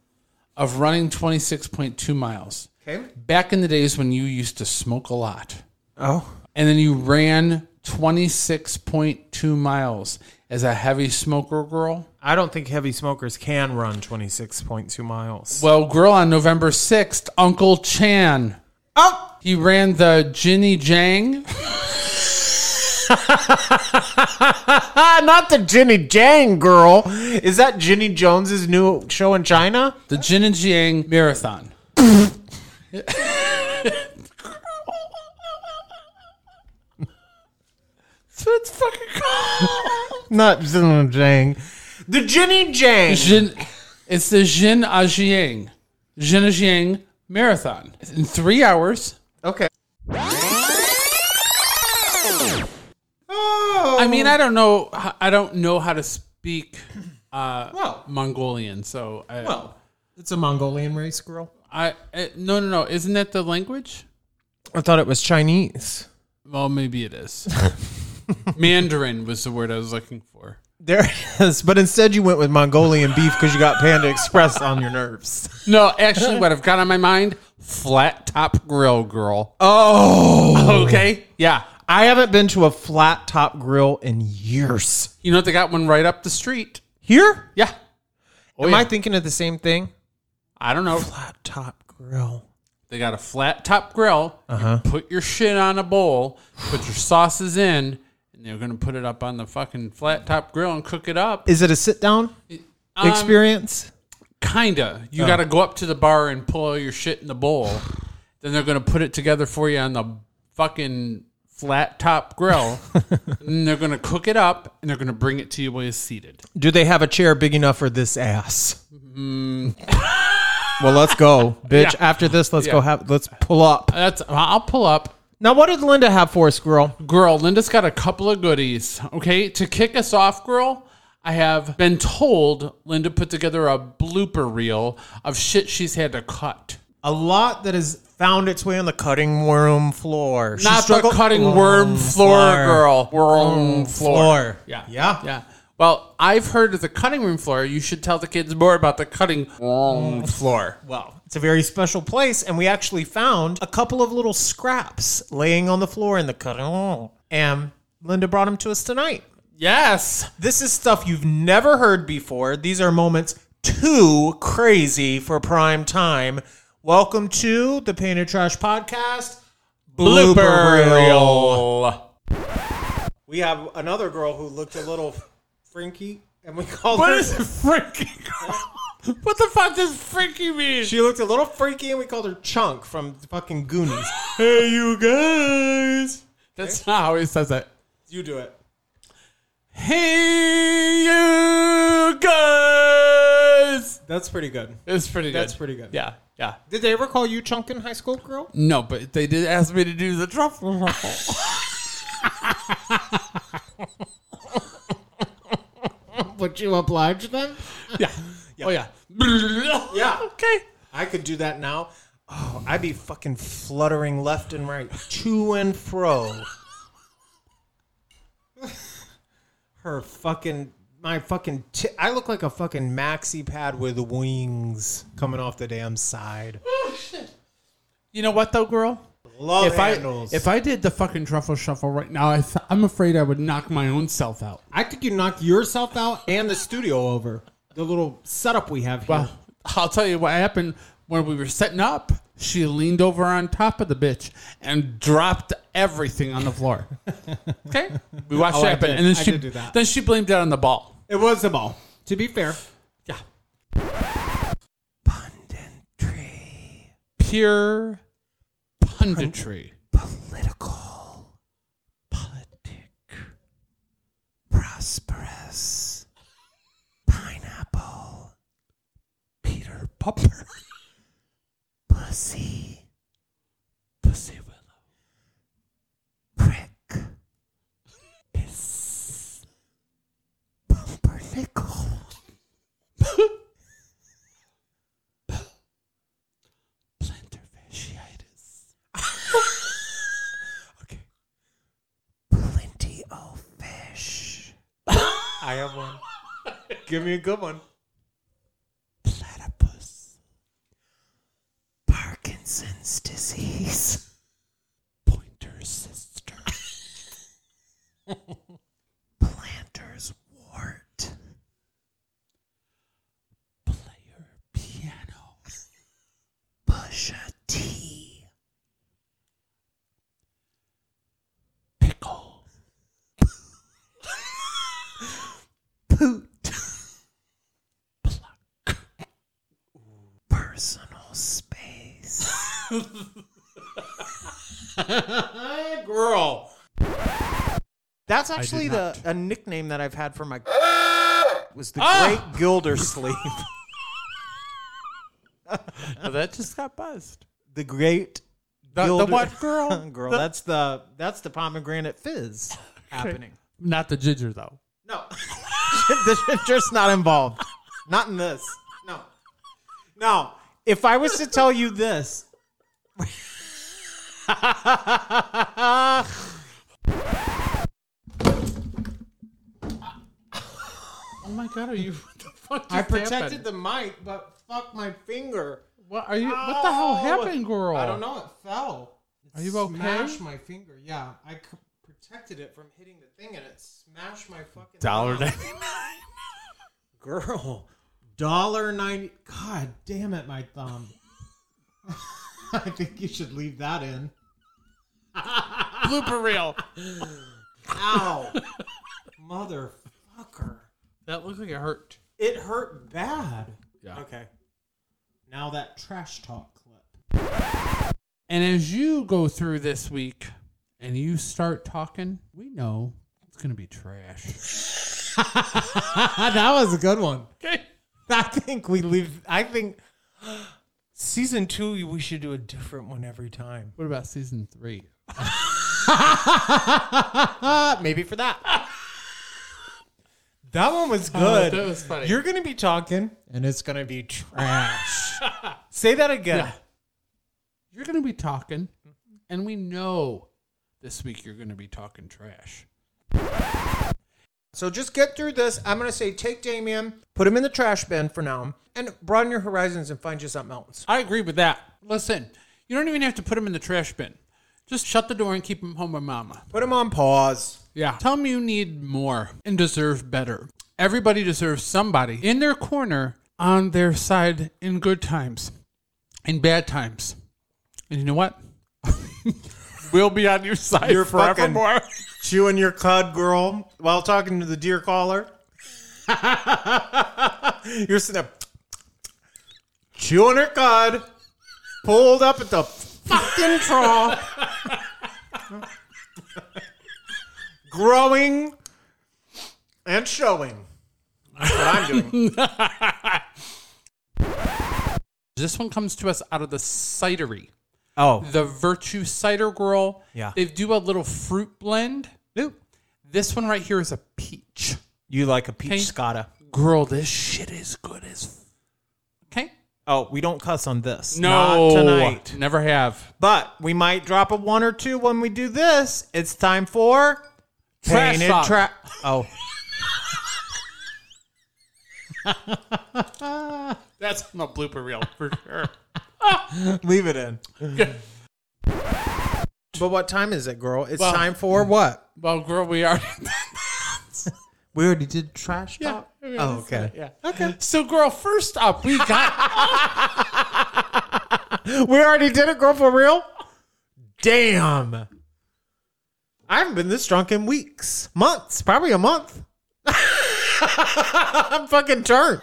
Speaker 4: of running 26.2 miles
Speaker 3: Okay.
Speaker 4: back in the days when you used to smoke a lot
Speaker 3: Oh.
Speaker 4: and then you ran 26.2 miles as a heavy smoker girl.
Speaker 3: I don't think heavy smokers can run 26.2 miles.
Speaker 4: Well, girl, on November 6th, Uncle Chan.
Speaker 3: Oh!
Speaker 4: He ran the Jinny Jang.
Speaker 3: Ah, not the Ginny Jang girl. Is that Ginny Jones's new show in China?
Speaker 4: The Jin and Jiang Marathon. so it's fucking called.
Speaker 3: Not Ginny Jang. The Ginny Jang.
Speaker 4: Jin, it's the Jin A Jiang. Jin A Jiang Marathon. In three hours.
Speaker 3: Okay. Oh,
Speaker 4: I mean, I don't know. I don't know how to speak uh,
Speaker 3: Well.
Speaker 4: Mongolian, so I,
Speaker 3: Well, it's a Mongolian race girl.
Speaker 4: I, I no no no. Isn't that the language?
Speaker 3: I thought it was Chinese.
Speaker 4: Well, maybe it is. Mandarin was the word I was looking for.
Speaker 3: There it is, but instead you went with Mongolian beef because you got Panda Express on your nerves.
Speaker 4: No, actually, what I've got on my mind: flat top grill, girl.
Speaker 3: Oh,
Speaker 4: Okay, yeah.
Speaker 3: I haven't been to a flat top grill in years.
Speaker 4: You know they got one right up the street.
Speaker 3: Here?
Speaker 4: Yeah.
Speaker 3: Am
Speaker 4: yeah.
Speaker 3: I thinking of the same thing?
Speaker 4: I don't know.
Speaker 3: Flat top grill.
Speaker 4: They got a flat top grill. You put your shit on a bowl, put your sauces in, and they're gonna put it up on the fucking flat top grill and cook it up.
Speaker 3: Is it a sit down experience?
Speaker 4: Kinda. You gotta go up to the bar and pull all your shit in the bowl. then they're gonna put it together for you on the fucking flat top grill. and they're gonna cook it up and they're gonna bring it to you while you're seated.
Speaker 3: Do they have a chair big enough for this ass? Well, let's go, bitch. After this, let's go have let's pull up.
Speaker 4: That's I'll pull up.
Speaker 3: Now, what did Linda have for us, girl?
Speaker 4: Girl, Linda's got a couple of goodies. Okay, to kick us off, girl, I have been told Linda put together a blooper reel of shit she's had to cut.
Speaker 3: A lot that has found its way on the cutting room floor. She
Speaker 4: Not
Speaker 3: struggled-
Speaker 4: the cutting
Speaker 3: Oh,
Speaker 4: worm floor,
Speaker 3: floor.
Speaker 4: girl. Worm
Speaker 3: floor.
Speaker 4: Yeah.
Speaker 3: Yeah.
Speaker 4: Yeah. Well, I've heard of the cutting room floor. You should tell the kids more about the cutting room floor.
Speaker 3: Well, it's a very special place, and we actually found a couple of little scraps laying on the floor in the cutting room. And Linda brought them to us tonight.
Speaker 4: Yes.
Speaker 3: This is stuff you've never heard before. These are moments too crazy for prime time. Welcome to the Painted Trash Podcast We have another girl who looked a little frinky, and we called
Speaker 4: What
Speaker 3: her.
Speaker 4: is freaky girl? What the fuck does freaky mean?
Speaker 3: She looked a little freaky, and we called her Chunk from the fucking Goonies. hey, you guys!
Speaker 4: That's not how he says it.
Speaker 3: You do it.
Speaker 4: Hey, you guys.
Speaker 3: That's pretty good.
Speaker 4: It's pretty good.
Speaker 3: That's pretty good.
Speaker 4: Yeah, yeah.
Speaker 3: Did they ever call you Chunk in high school, girl?
Speaker 4: No, but they did ask me to do the truffle ruffle.
Speaker 3: Would you oblige them?
Speaker 4: yeah. Oh yeah.
Speaker 3: Yeah.
Speaker 4: Okay.
Speaker 3: I could do that now. Oh, I'd be fucking fluttering left and right, to and fro. Her fucking, my fucking, ti- I look like a fucking maxi pad with wings coming off the damn side.
Speaker 4: You know what though, girl?
Speaker 3: Love
Speaker 4: If I
Speaker 3: handles.
Speaker 4: if I did the fucking truffle shuffle right now, I th- I'm afraid I would knock my own self out.
Speaker 3: I think you knock yourself out and the studio over. The little setup we have here.
Speaker 4: Well, I'll tell you what happened when we were setting up. She leaned over on top of the bitch and dropped everything on the floor. okay, we watched
Speaker 3: Oh,
Speaker 4: it
Speaker 3: I
Speaker 4: happen,
Speaker 3: did.
Speaker 4: and then
Speaker 3: I
Speaker 4: she
Speaker 3: did do that.
Speaker 4: then she blamed it on the ball.
Speaker 3: It was the ball. To be fair,
Speaker 4: Yeah. Punditry. Pure punditry.
Speaker 3: political, politic, prosperous, pineapple, Peter Popper, pussy, pussy willow, prick, piss, pumpernickel, plantar fasciitis. plenty of fish. I have one. Give me a good one. Platypus. Parkinson's disease. Pointer sister. Planter's wart. Player piano. Pusha T. Pickle. Poot. Pluck. Personal space. Girl. That's actually the a nickname that I've had for my was the Great Gildersleeve.
Speaker 4: Now Oh, that just got buzzed.
Speaker 3: the Great
Speaker 4: The, the
Speaker 3: Gilder-
Speaker 4: what girl?
Speaker 3: girl. That's the that's the pomegranate fizz happening.
Speaker 4: Not the ginger though.
Speaker 3: No, the ginger's not involved. Not in this. No, no. If I was to tell you this,
Speaker 4: Oh my god, are you? What the fuck?
Speaker 3: I protected the mic, but fuck my finger.
Speaker 4: What are you? What the
Speaker 3: Ow!
Speaker 4: hell happened, girl?
Speaker 3: I don't know. It fell. It
Speaker 4: Are you okay?
Speaker 3: Smashed my finger. Yeah, I c- protected it from hitting the thing, and it smashed my fucking
Speaker 4: Dollar
Speaker 3: mouth. girl. Dollar ninety. God damn it, my thumb. I think you should leave that in.
Speaker 4: blooper reel.
Speaker 3: Ow, motherfucker!
Speaker 4: That looked like it hurt.
Speaker 3: It hurt bad.
Speaker 4: Yeah.
Speaker 3: Okay. Now that trash talk clip.
Speaker 4: And as you go through this week and you start talking, we know it's gonna be trash.
Speaker 3: Ah, that was a good one.
Speaker 4: Okay.
Speaker 3: I think we leave. I think season two, we should do a different one every time.
Speaker 4: What about season three?
Speaker 3: Maybe for that. Oh, That one was good.
Speaker 4: that was funny.
Speaker 3: You're going to be talking, and it's going to be trash. Say that again.
Speaker 4: Yeah. You're going to be talking, and we know this week you're going to be talking trash.
Speaker 3: So just get through this. I'm going to say take Damien, put him in the trash bin for now, and broaden your horizons and find you something else.
Speaker 4: I agree with that. Listen, you don't even have to put them in the trash bin. Just shut the door and keep them home with mama.
Speaker 3: Put him on pause.
Speaker 4: Yeah. Tell them you need more and deserve better. Everybody deserves somebody in their corner, on their side in good times, in bad times. And you know what? we'll be on your side
Speaker 3: You're fucking-
Speaker 4: forevermore.
Speaker 3: Chewing your cud, girl, while talking to the deer caller. You're sitting up chewing her cud, pulled up at the fucking trough, growing and showing. That's what I'm doing.
Speaker 4: This one comes to us out of the cidery.
Speaker 3: Oh,
Speaker 4: the Virtue Cider Girl.
Speaker 3: Yeah.
Speaker 4: They do a little fruit blend. This one right here is a peach.
Speaker 3: you like a peach
Speaker 4: Hey.
Speaker 3: scotta.
Speaker 4: Girl, this shit is good as. F- okay.
Speaker 3: Oh, we don't cuss on this.
Speaker 4: No.
Speaker 3: Not tonight.
Speaker 4: Never have.
Speaker 3: But we might drop a one or two when we do this. It's time for
Speaker 4: Trash
Speaker 3: Painted
Speaker 4: talk.
Speaker 3: Tra- oh,
Speaker 4: That's on the blooper reel for sure.
Speaker 3: leave it in. but what time is it, girl? It's time for what?
Speaker 4: Well, girl, we are.
Speaker 3: We already did trash
Speaker 4: Yeah.
Speaker 3: talk. Oh, okay.
Speaker 4: yeah. Okay. So, girl, first up, we got.
Speaker 3: We already did it, girl, for real? Damn. I haven't been this drunk in weeks, months, probably a month. I'm fucking turned.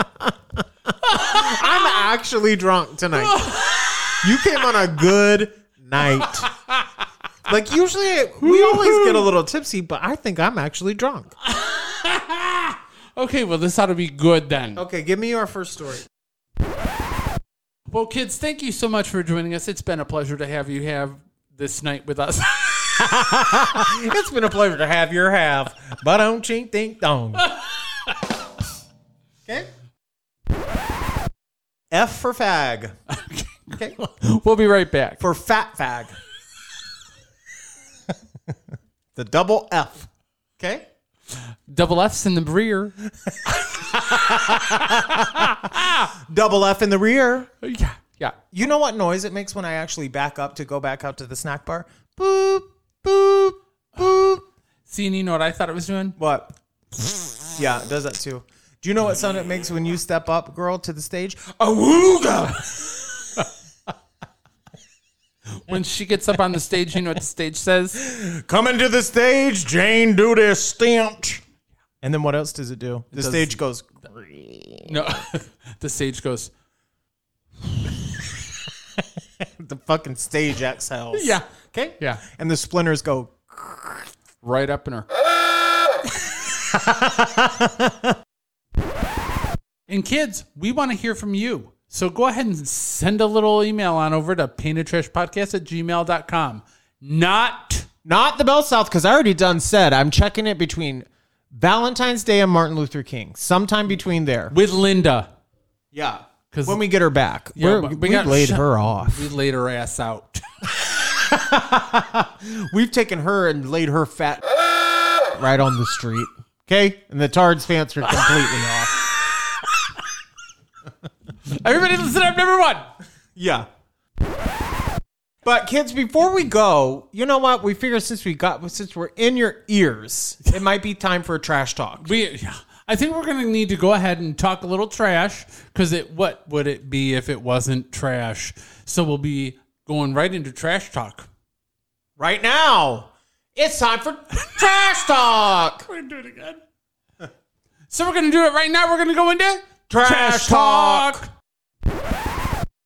Speaker 3: I'm actually drunk tonight. You came on a good night. Like, usually we always get a little tipsy, but I think I'm actually drunk.
Speaker 4: okay, well, this ought to be good then.
Speaker 3: Okay, give me your first story.
Speaker 4: Well, kids, thank you so much for joining us. It's been a pleasure to have you have this night with us.
Speaker 3: It's been a pleasure to have your have, but don't chink think dong. Okay. F for fag. Okay.
Speaker 4: we'll be right back.
Speaker 3: For fat fag. the double F. Okay.
Speaker 4: Double F's in the rear.
Speaker 3: Double F in the rear.
Speaker 4: Yeah. Yeah.
Speaker 3: You know what noise it makes when I actually back up to go back out to the snack bar? Boop, boop, boop.
Speaker 4: See, and you know what I thought it was doing?
Speaker 3: What? Yeah, it does that too. Do you know what sound it makes when you step up, girl, to the stage? Awooga!
Speaker 4: When she gets up on the stage, you know what the stage says?
Speaker 3: Coming to the stage, Jane do this stench. And then what else does it do? The
Speaker 4: does-
Speaker 3: stage goes.
Speaker 4: No. the stage goes,
Speaker 3: The fucking stage exhales.
Speaker 4: Yeah.
Speaker 3: Okay.
Speaker 4: Yeah.
Speaker 3: And the splinters go.
Speaker 4: right up in her. and kids, we want to hear from you. So go ahead and send a little email on over to paintedtrashpodcast at gmail.com. Not
Speaker 3: Not the Bell South, because I already done said I'm checking it between Valentine's Day and Martin Luther King, sometime between there.
Speaker 4: with Linda.
Speaker 3: Yeah.
Speaker 4: 'Cause-
Speaker 3: When we get her back, we're,
Speaker 4: but
Speaker 3: we
Speaker 4: we got-
Speaker 3: laid her off.
Speaker 4: We laid her ass out.
Speaker 3: We've taken her and laid her fat right on the street. Okay? And the Tard's pants are completely off.
Speaker 4: Everybody listen up, number one.
Speaker 3: Yeah. But kids, before we go, you know what? We figure since we got since we're in your ears, it might be time for a trash talk.
Speaker 4: We, I think we're going to need to go ahead and talk a little trash because it. What would it be if it wasn't trash? So we'll be going right into trash talk.
Speaker 3: Right now, it's time for trash talk.
Speaker 4: We're gonna do it again. so we're gonna do it right now. We're gonna go into
Speaker 3: Trash talk.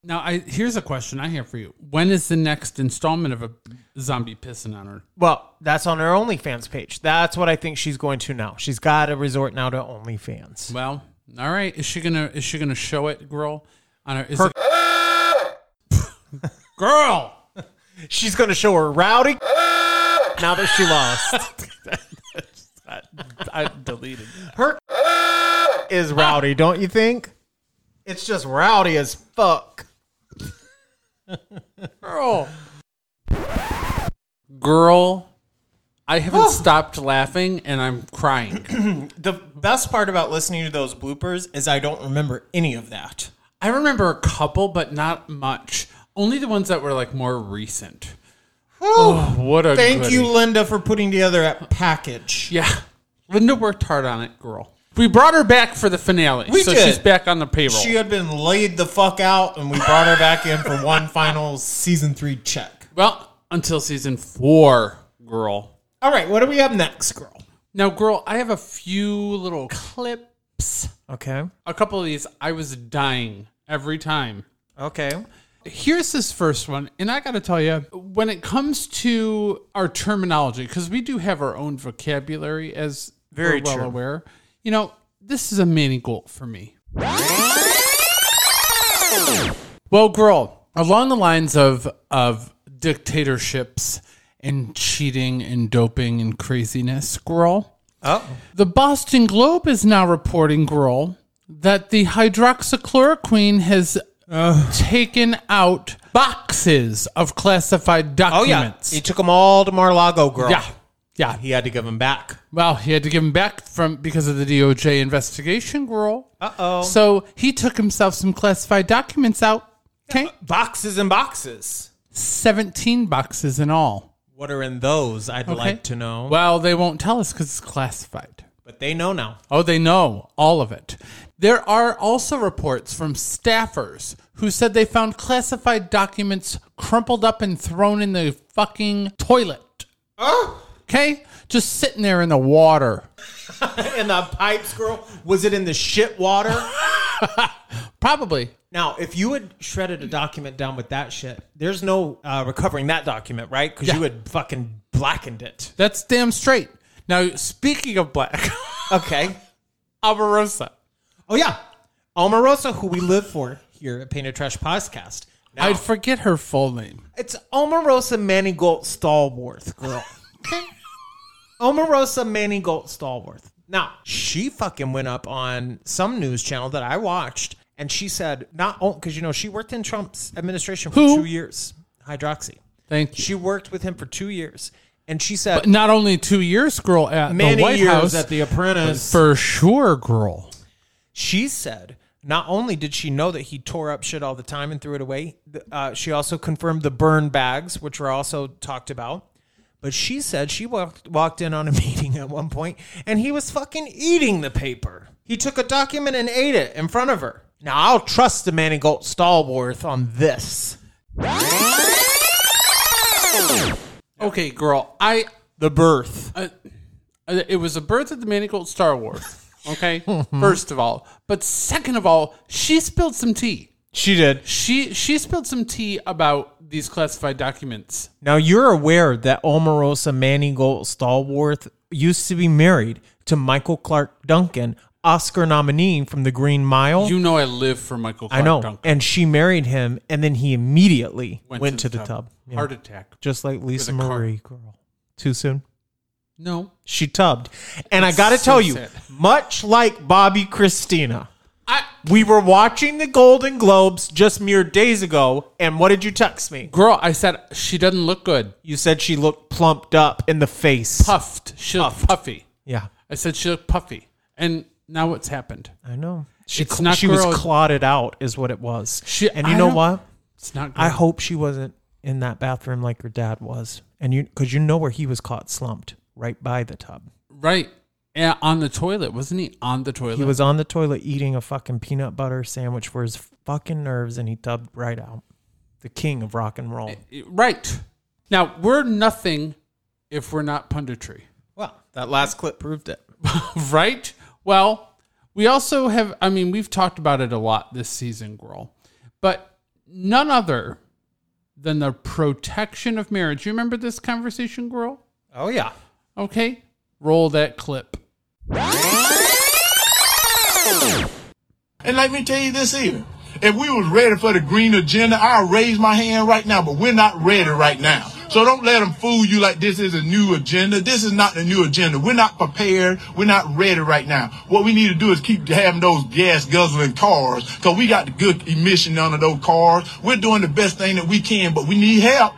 Speaker 4: Now, I here's a question I have for you. When is the next installment of a zombie pissing on her?
Speaker 3: Well, that's on her OnlyFans page. That's what I think she's going to now. She's got to resort now to OnlyFans.
Speaker 4: Well, all right. Is she gonna is she gonna show it, girl? On her, is
Speaker 3: Her-
Speaker 4: it- girl.
Speaker 3: She's going to show her rowdy now that she lost.
Speaker 4: I deleted.
Speaker 3: Her is rowdy, don't you think? It's just rowdy as fuck.
Speaker 4: Girl. Girl. I haven't stopped laughing and I'm crying.
Speaker 3: The best part about listening to those bloopers is I don't remember any of that.
Speaker 4: I remember a couple, but not much. Only the ones that were like more recent. Oh, what a
Speaker 3: Thank
Speaker 4: goodie.
Speaker 3: you, Linda, for putting together that package.
Speaker 4: Yeah. Linda worked hard on it, girl. We brought her back for the finale.
Speaker 3: We
Speaker 4: so
Speaker 3: did.
Speaker 4: she's back on the payroll.
Speaker 3: She had been laid the fuck out, and we brought her back in for one final season three check.
Speaker 4: well, until season four, girl.
Speaker 3: All right, what do we have next, girl?
Speaker 4: Now, girl, I have a few little clips.
Speaker 3: Okay.
Speaker 4: A couple of these, I was dying every time.
Speaker 3: Okay.
Speaker 4: Here's this first one, and I got to tell you, when it comes to our terminology, because we do have our own vocabulary, as
Speaker 3: Very
Speaker 4: we're well
Speaker 3: true.
Speaker 4: aware. You know, this is a mini goal for me. Well, girl, along the lines of of dictatorships and cheating and doping and craziness, girl.
Speaker 3: Oh.
Speaker 4: The Boston Globe is now reporting, girl, that the hydroxychloroquine has taken out boxes of classified
Speaker 3: Oh, yeah.
Speaker 4: documents.
Speaker 3: He took them all to Mar-a-Lago, girl.
Speaker 4: yeah. Yeah.
Speaker 3: He had to give them back.
Speaker 4: Well, he had to give them back from because of the DOJ investigation, girl.
Speaker 3: Uh-oh.
Speaker 4: So he took himself some classified documents out. Okay.
Speaker 3: Boxes and boxes.
Speaker 4: 17 boxes in all.
Speaker 3: What are in those? I'd
Speaker 4: Okay.
Speaker 3: like to know.
Speaker 4: Well, they won't tell us because it's classified.
Speaker 3: but they know now.
Speaker 4: Oh, they know all of it. There are also reports from staffers who said they found classified documents crumpled up and thrown in the fucking toilet. Okay? Just sitting there in the water.
Speaker 3: And the pipes, girl, was it in the shit water?
Speaker 4: Probably.
Speaker 3: now, if you had shredded a document down with that shit, there's no uh, recovering that document, right? Because
Speaker 4: Yeah.
Speaker 3: you had fucking blackened it.
Speaker 4: That's damn straight. Now, speaking of black,
Speaker 3: Okay.
Speaker 4: Alvarosa.
Speaker 3: Oh, yeah. Omarosa, who we live for here at Painted Trash Podcast. Now,
Speaker 4: I'd forget her full name.
Speaker 3: It's Omarosa Manigault Stallworth, girl. Omarosa Manigault Stallworth. Now, she fucking went up on some news channel that I watched, and she said, not only, because, you know, she worked in Trump's administration for
Speaker 4: Who?
Speaker 3: two years, Hydroxy.
Speaker 4: Thank you.
Speaker 3: She worked with him for two years, and she said,
Speaker 4: Not only two years, girl, at
Speaker 3: many
Speaker 4: the White
Speaker 3: years
Speaker 4: House,
Speaker 3: at The Apprentice.
Speaker 4: for sure, girl.
Speaker 3: She said not only did she know that he tore up shit all the time and threw it away, th- uh, she also confirmed the burn bags, which were also talked about. But she said she walked, walked in on a meeting at one point and he was fucking eating the paper. He took a document and ate it in front of her. Now, I'll trust the Manigault Stallworth on this.
Speaker 4: Okay, girl, I
Speaker 3: The birth.
Speaker 4: Uh, it was a birth of the manicold Star Wars. Okay, first of all, but second of all, she spilled some tea.
Speaker 3: She did.
Speaker 4: She she spilled some tea about these classified documents.
Speaker 3: Now, you're aware that Omarosa Manigault Stallworth used to be married to Michael Clark Duncan, Oscar nominee from The Green Mile.
Speaker 4: You know, I live for Michael.
Speaker 3: Oh. I
Speaker 4: Clark
Speaker 3: know.
Speaker 4: Duncan.
Speaker 3: And she married him, and then he immediately went, to, the, tub. Yeah.
Speaker 4: Heart attack.
Speaker 3: Just like Lisa
Speaker 4: a car.
Speaker 3: Marie, girl. Too soon.
Speaker 4: No,
Speaker 3: She tubbed. And I got to
Speaker 4: so
Speaker 3: tell you,
Speaker 4: sad.
Speaker 3: much like Bobby Christina,
Speaker 4: I
Speaker 3: we were watching the Golden Globes just mere days ago. And what did you text me?
Speaker 4: girl. I said she doesn't look good.
Speaker 3: You said she looked plumped up in the face.
Speaker 4: Puffed. She looked puffy.
Speaker 3: Yeah,
Speaker 4: I said she looked puffy. And now what's happened?
Speaker 3: I know. She,
Speaker 4: It's
Speaker 3: cl-
Speaker 4: not
Speaker 3: she
Speaker 4: girl-
Speaker 3: was clotted out, is what it was.
Speaker 4: She-
Speaker 3: and you
Speaker 4: I
Speaker 3: know
Speaker 4: don't-
Speaker 3: what?
Speaker 4: It's not. Good.
Speaker 3: I hope she wasn't in that bathroom like her dad was. And you, because you know where he was caught slumped, right by the tub.
Speaker 4: right. Yeah, on the toilet, wasn't he? On the toilet.
Speaker 3: He was on the toilet eating a fucking peanut butter sandwich for his fucking nerves, and he tubbed right out. The king of rock and roll.
Speaker 4: right. Now we're nothing if we're not punditry.
Speaker 3: Well, that last clip proved it.
Speaker 4: right? Well, we also have, I mean, we've talked about it a lot this season, girl, but none other than the protection of marriage. You remember this conversation, girl?
Speaker 3: Oh yeah.
Speaker 4: Okay, roll that clip.
Speaker 7: And let me tell you this here. If we was ready for the green agenda, I'll raise my hand right now, but we're not ready right now. So don't let them fool you like this is a new agenda. This is not the new agenda. We're not prepared. We're not ready right now. What we need to do is keep having those gas guzzling cars because we got the good emission under those cars. We're doing the best thing that we can, but we need help.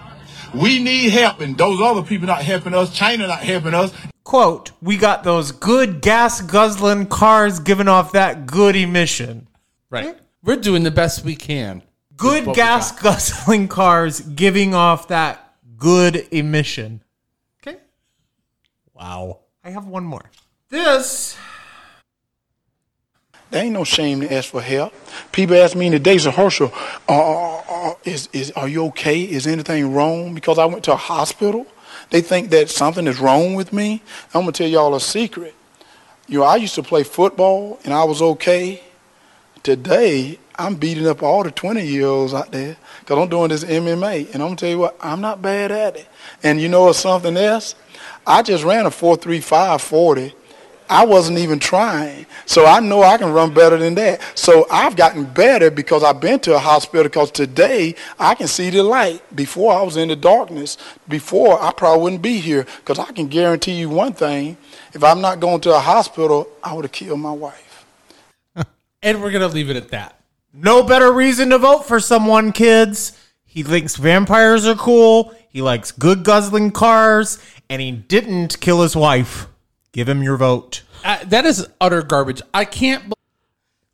Speaker 7: We need help, and those other people not helping us. China not helping us.
Speaker 3: Quote, we got those good gas guzzling cars giving off that good emission.
Speaker 4: Right. We're doing the best we can.
Speaker 3: Good
Speaker 4: what we
Speaker 3: gas guzzling cars giving off that good emission. Okay. Wow. I have one more. This
Speaker 7: There ain't no shame to ask for help. People ask me in the days of Herschel, uh, uh, is, is, are you okay? Is anything wrong? Because I went to a hospital. They think that something is wrong with me. I'm going to tell y'all a secret. You know, I used to play football and I was okay. Today, I'm beating up all the 20 year olds out there because I'm doing this MMA. And I'm going to tell you what, I'm not bad at it. And you know what's something else? I just ran a 4.35 40. I wasn't even trying. So I know I can run better than that. So I've gotten better because I've been to a hospital because today I can see the light. Before I was in the darkness, before I probably wouldn't be here because I can guarantee you one thing if I'm not going to a hospital, I would have killed my wife.
Speaker 4: And we're going to leave it at that.
Speaker 3: no better reason to vote for someone, kids. He thinks vampires are cool. He likes good guzzling cars, and he didn't kill his wife. Give him your vote.
Speaker 4: Uh, that is utter garbage. I can't.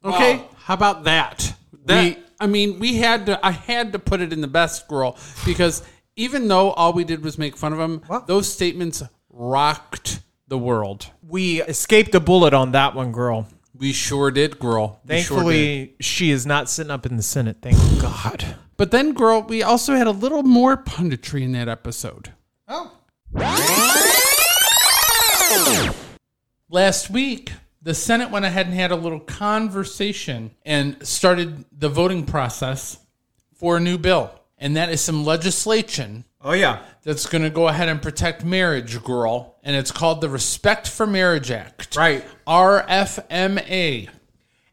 Speaker 4: bel okay, how about that? That
Speaker 3: We-
Speaker 4: I mean, we had to. I had to put it in the best girl because even though all we did was make fun of him, those statements rocked the world.
Speaker 3: We escaped a bullet on that one, girl.
Speaker 4: We sure did, girl. We sure did.
Speaker 3: Thankfully, she is not sitting up in the Senate. Thank God.
Speaker 4: but then, girl, we also had a little more punditry in that episode.
Speaker 3: Oh.
Speaker 4: Last week, the Senate went ahead and had a little conversation and started the voting process for a new bill. And that is some legislation
Speaker 3: Oh yeah.
Speaker 4: that's going to go ahead and protect marriage, girl. And it's called the Respect for Marriage Act.
Speaker 3: Right.
Speaker 4: RFMA.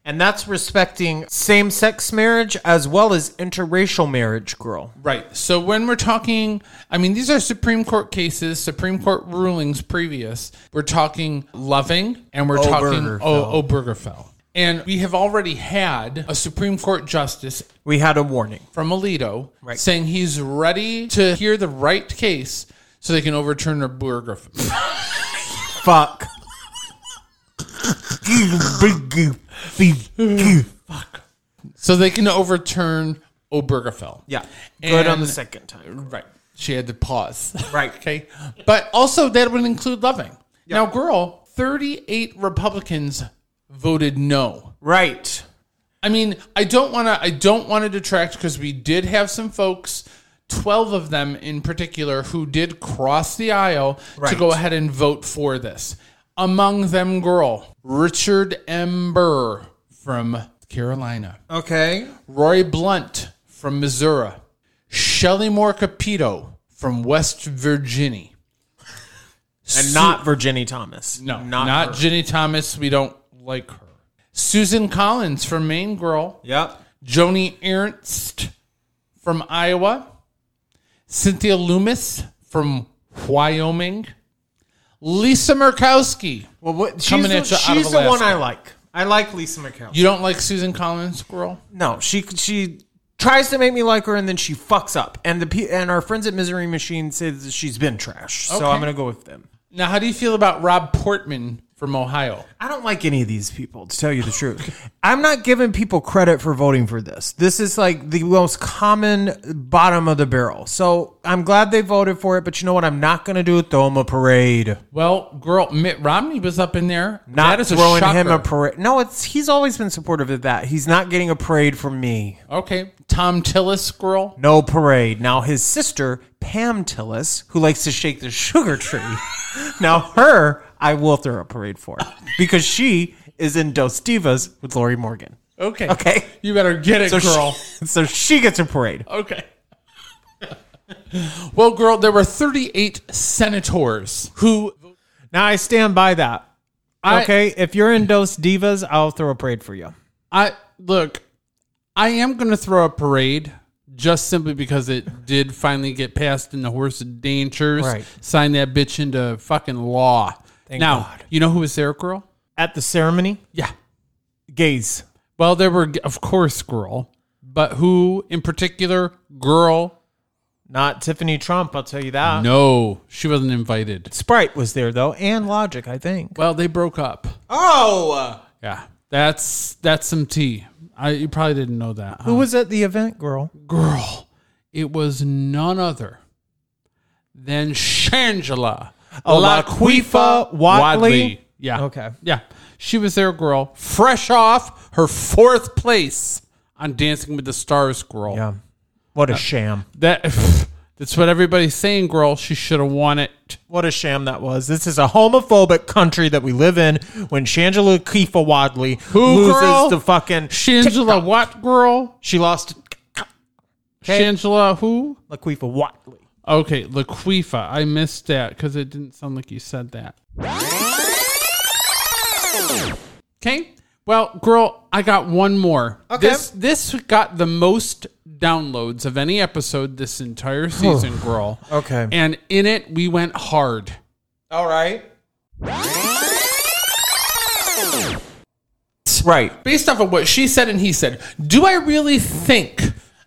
Speaker 3: And that's respecting same-sex marriage as well as interracial marriage, girl.
Speaker 4: Right. So when we're talking, I mean, these are Supreme Court cases, Supreme Court rulings previous. We're talking Loving and we're talking o- Obergefell. And we have already had a Supreme Court justice
Speaker 3: We had a warning.
Speaker 4: from Alito saying he's ready to hear the right case so they can overturn Obergefell.
Speaker 3: Fuck.
Speaker 4: so they can overturn Obergefell.
Speaker 3: Yeah. Good on the
Speaker 4: And-
Speaker 3: second time.
Speaker 4: Right. She had to pause.
Speaker 3: Right.
Speaker 4: okay. But also, that would include loving. Now, girl, 38 Republicans voted no.
Speaker 3: Right.
Speaker 4: I mean, I don't want to. I don't want to detract because we did have some folks, twelve of them in particular, who did cross the aisle to
Speaker 3: Right.
Speaker 4: go ahead and vote for this. Among them, girl Richard M. Burr from Carolina,
Speaker 3: Okay.
Speaker 4: Roy Blunt from Missouri, Shelley Moore Capito from West Virginia.
Speaker 3: And not Virginia Thomas.
Speaker 4: No,
Speaker 3: Not.
Speaker 4: not, Ginny Thomas. We don't like her. Susan Collins from Maine, girl.
Speaker 3: yep.
Speaker 4: Joni Ernst from Iowa, Cynthia Loomis from Wyoming, Lisa Murkowski.
Speaker 3: Well, what, she's,
Speaker 4: Coming
Speaker 3: the,
Speaker 4: at you out of
Speaker 3: she's the one
Speaker 4: Alaska.
Speaker 3: I like. I like Lisa McCall.
Speaker 4: You don't like Susan Collins, girl?
Speaker 3: No, she she tries to make me like her, and then she fucks up. And the pe- and our friends at Misery Machine say that she's been trash. So I'm gonna go with them.
Speaker 4: Now, how do you feel about Rob Portman from Ohio?
Speaker 3: I don't like any of these people, to tell you the truth. I'm not giving people credit for voting for this. This is like the most common bottom of the barrel. So I'm glad they voted for it, but you know what? I'm not going to do? Throw them a parade.
Speaker 4: Well, girl, Mitt Romney was up in there.
Speaker 3: Not
Speaker 4: that is
Speaker 3: throwing
Speaker 4: a
Speaker 3: him a
Speaker 4: shocker.
Speaker 3: parade. No, it's he's always been supportive of that. He's not getting a parade from me.
Speaker 4: okay, Tom Tillis, girl.
Speaker 3: No parade. Now his sister, Pam Tillis, who likes to shake the sugar tree. now her, I will throw a parade for because she is in Dos Divas with Lori Morgan.
Speaker 4: Okay.
Speaker 6: Okay.
Speaker 4: You better get it,
Speaker 6: So
Speaker 4: girl. Uh,
Speaker 6: She, so she gets her parade.
Speaker 4: okay. well, girl, there were 38 senators who
Speaker 3: Now I stand by that.
Speaker 4: I-
Speaker 3: okay, if you're in Dos Divas, I'll throw a parade for you.
Speaker 4: I look, I am going to throw a parade just simply because it did finally get passed in the horse of dangers.
Speaker 3: Right.
Speaker 4: Sign that bitch into fucking law. now,
Speaker 3: God.
Speaker 4: you know who was there, girl?
Speaker 3: At the ceremony,
Speaker 4: Yeah.
Speaker 3: gays.
Speaker 4: Well, there were, of course, girl, but who in particular? Girl.
Speaker 3: Not Tiffany Trump, I'll tell you that.
Speaker 4: No, she wasn't invited.
Speaker 3: Sprite was there though, and Logic, I think.
Speaker 4: Well, they broke up.
Speaker 6: Oh,
Speaker 4: Yeah. That's that's some tea. I you probably didn't know that.
Speaker 3: Who was at the event, girl?
Speaker 4: girl? It was none other than Shangela
Speaker 3: Laquifa Wadley?
Speaker 4: Yeah.
Speaker 3: Okay.
Speaker 4: Yeah. She was there, girl, fresh off her fourth place on Dancing with the Stars, girl.
Speaker 3: Yeah.
Speaker 4: Uh,
Speaker 3: What a sham.
Speaker 4: That that's what everybody's saying, girl. She should have won it.
Speaker 3: What a sham that was. This is a homophobic country that we live in when Shangela Kifa Wadley
Speaker 4: Who,
Speaker 3: loses
Speaker 4: girl?
Speaker 3: the fucking
Speaker 4: Shangela what, girl?
Speaker 3: She lost
Speaker 4: Shangela who?
Speaker 3: Laquifa Wadley.
Speaker 4: Okay, Laquifa. I missed that because it didn't sound like you said that. Okay. Well, girl, I got one more.
Speaker 3: Okay.
Speaker 4: This this got the most downloads of any episode this entire season, girl.
Speaker 3: Okay.
Speaker 4: And in it we went hard.
Speaker 3: All right. Right.
Speaker 4: Based off of what she said and he said, do I really think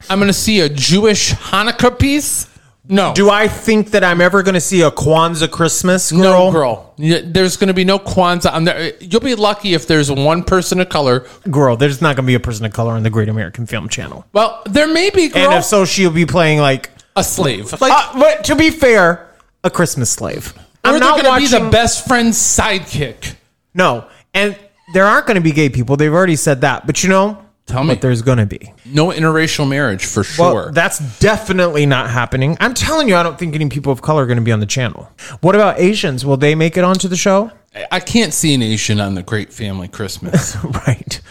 Speaker 4: I'm gonna see a Jewish Hanukkah piece? No.
Speaker 3: Do I think that I'm ever going to see a Kwanzaa Christmas girl?
Speaker 8: No, girl. Yeah, There's going to be no Kwanzaa on there. You'll be lucky if there's one person of color.
Speaker 3: Girl, there's not going to be a person of color on the Great American Film Channel.
Speaker 8: Well, there may be, girl,
Speaker 3: And if so, she'll be playing like,
Speaker 8: a slave. Uh,
Speaker 3: like but to be fair, a Christmas slave.
Speaker 8: or
Speaker 3: I'm
Speaker 8: they're
Speaker 3: not
Speaker 8: going to be
Speaker 3: watching.
Speaker 8: the best friend's sidekick.
Speaker 3: no, and there aren't going to be gay people. They've already said that. But you know,
Speaker 8: Tell me.
Speaker 3: but there's going to be.
Speaker 8: No interracial marriage for
Speaker 3: Well,
Speaker 8: sure.
Speaker 3: that's definitely not happening. I'm telling you, I don't think any people of color are going to be on the channel. What about Asians? Will they make it onto the show?
Speaker 8: I can't see an Asian on the Great Family Christmas.
Speaker 3: Right.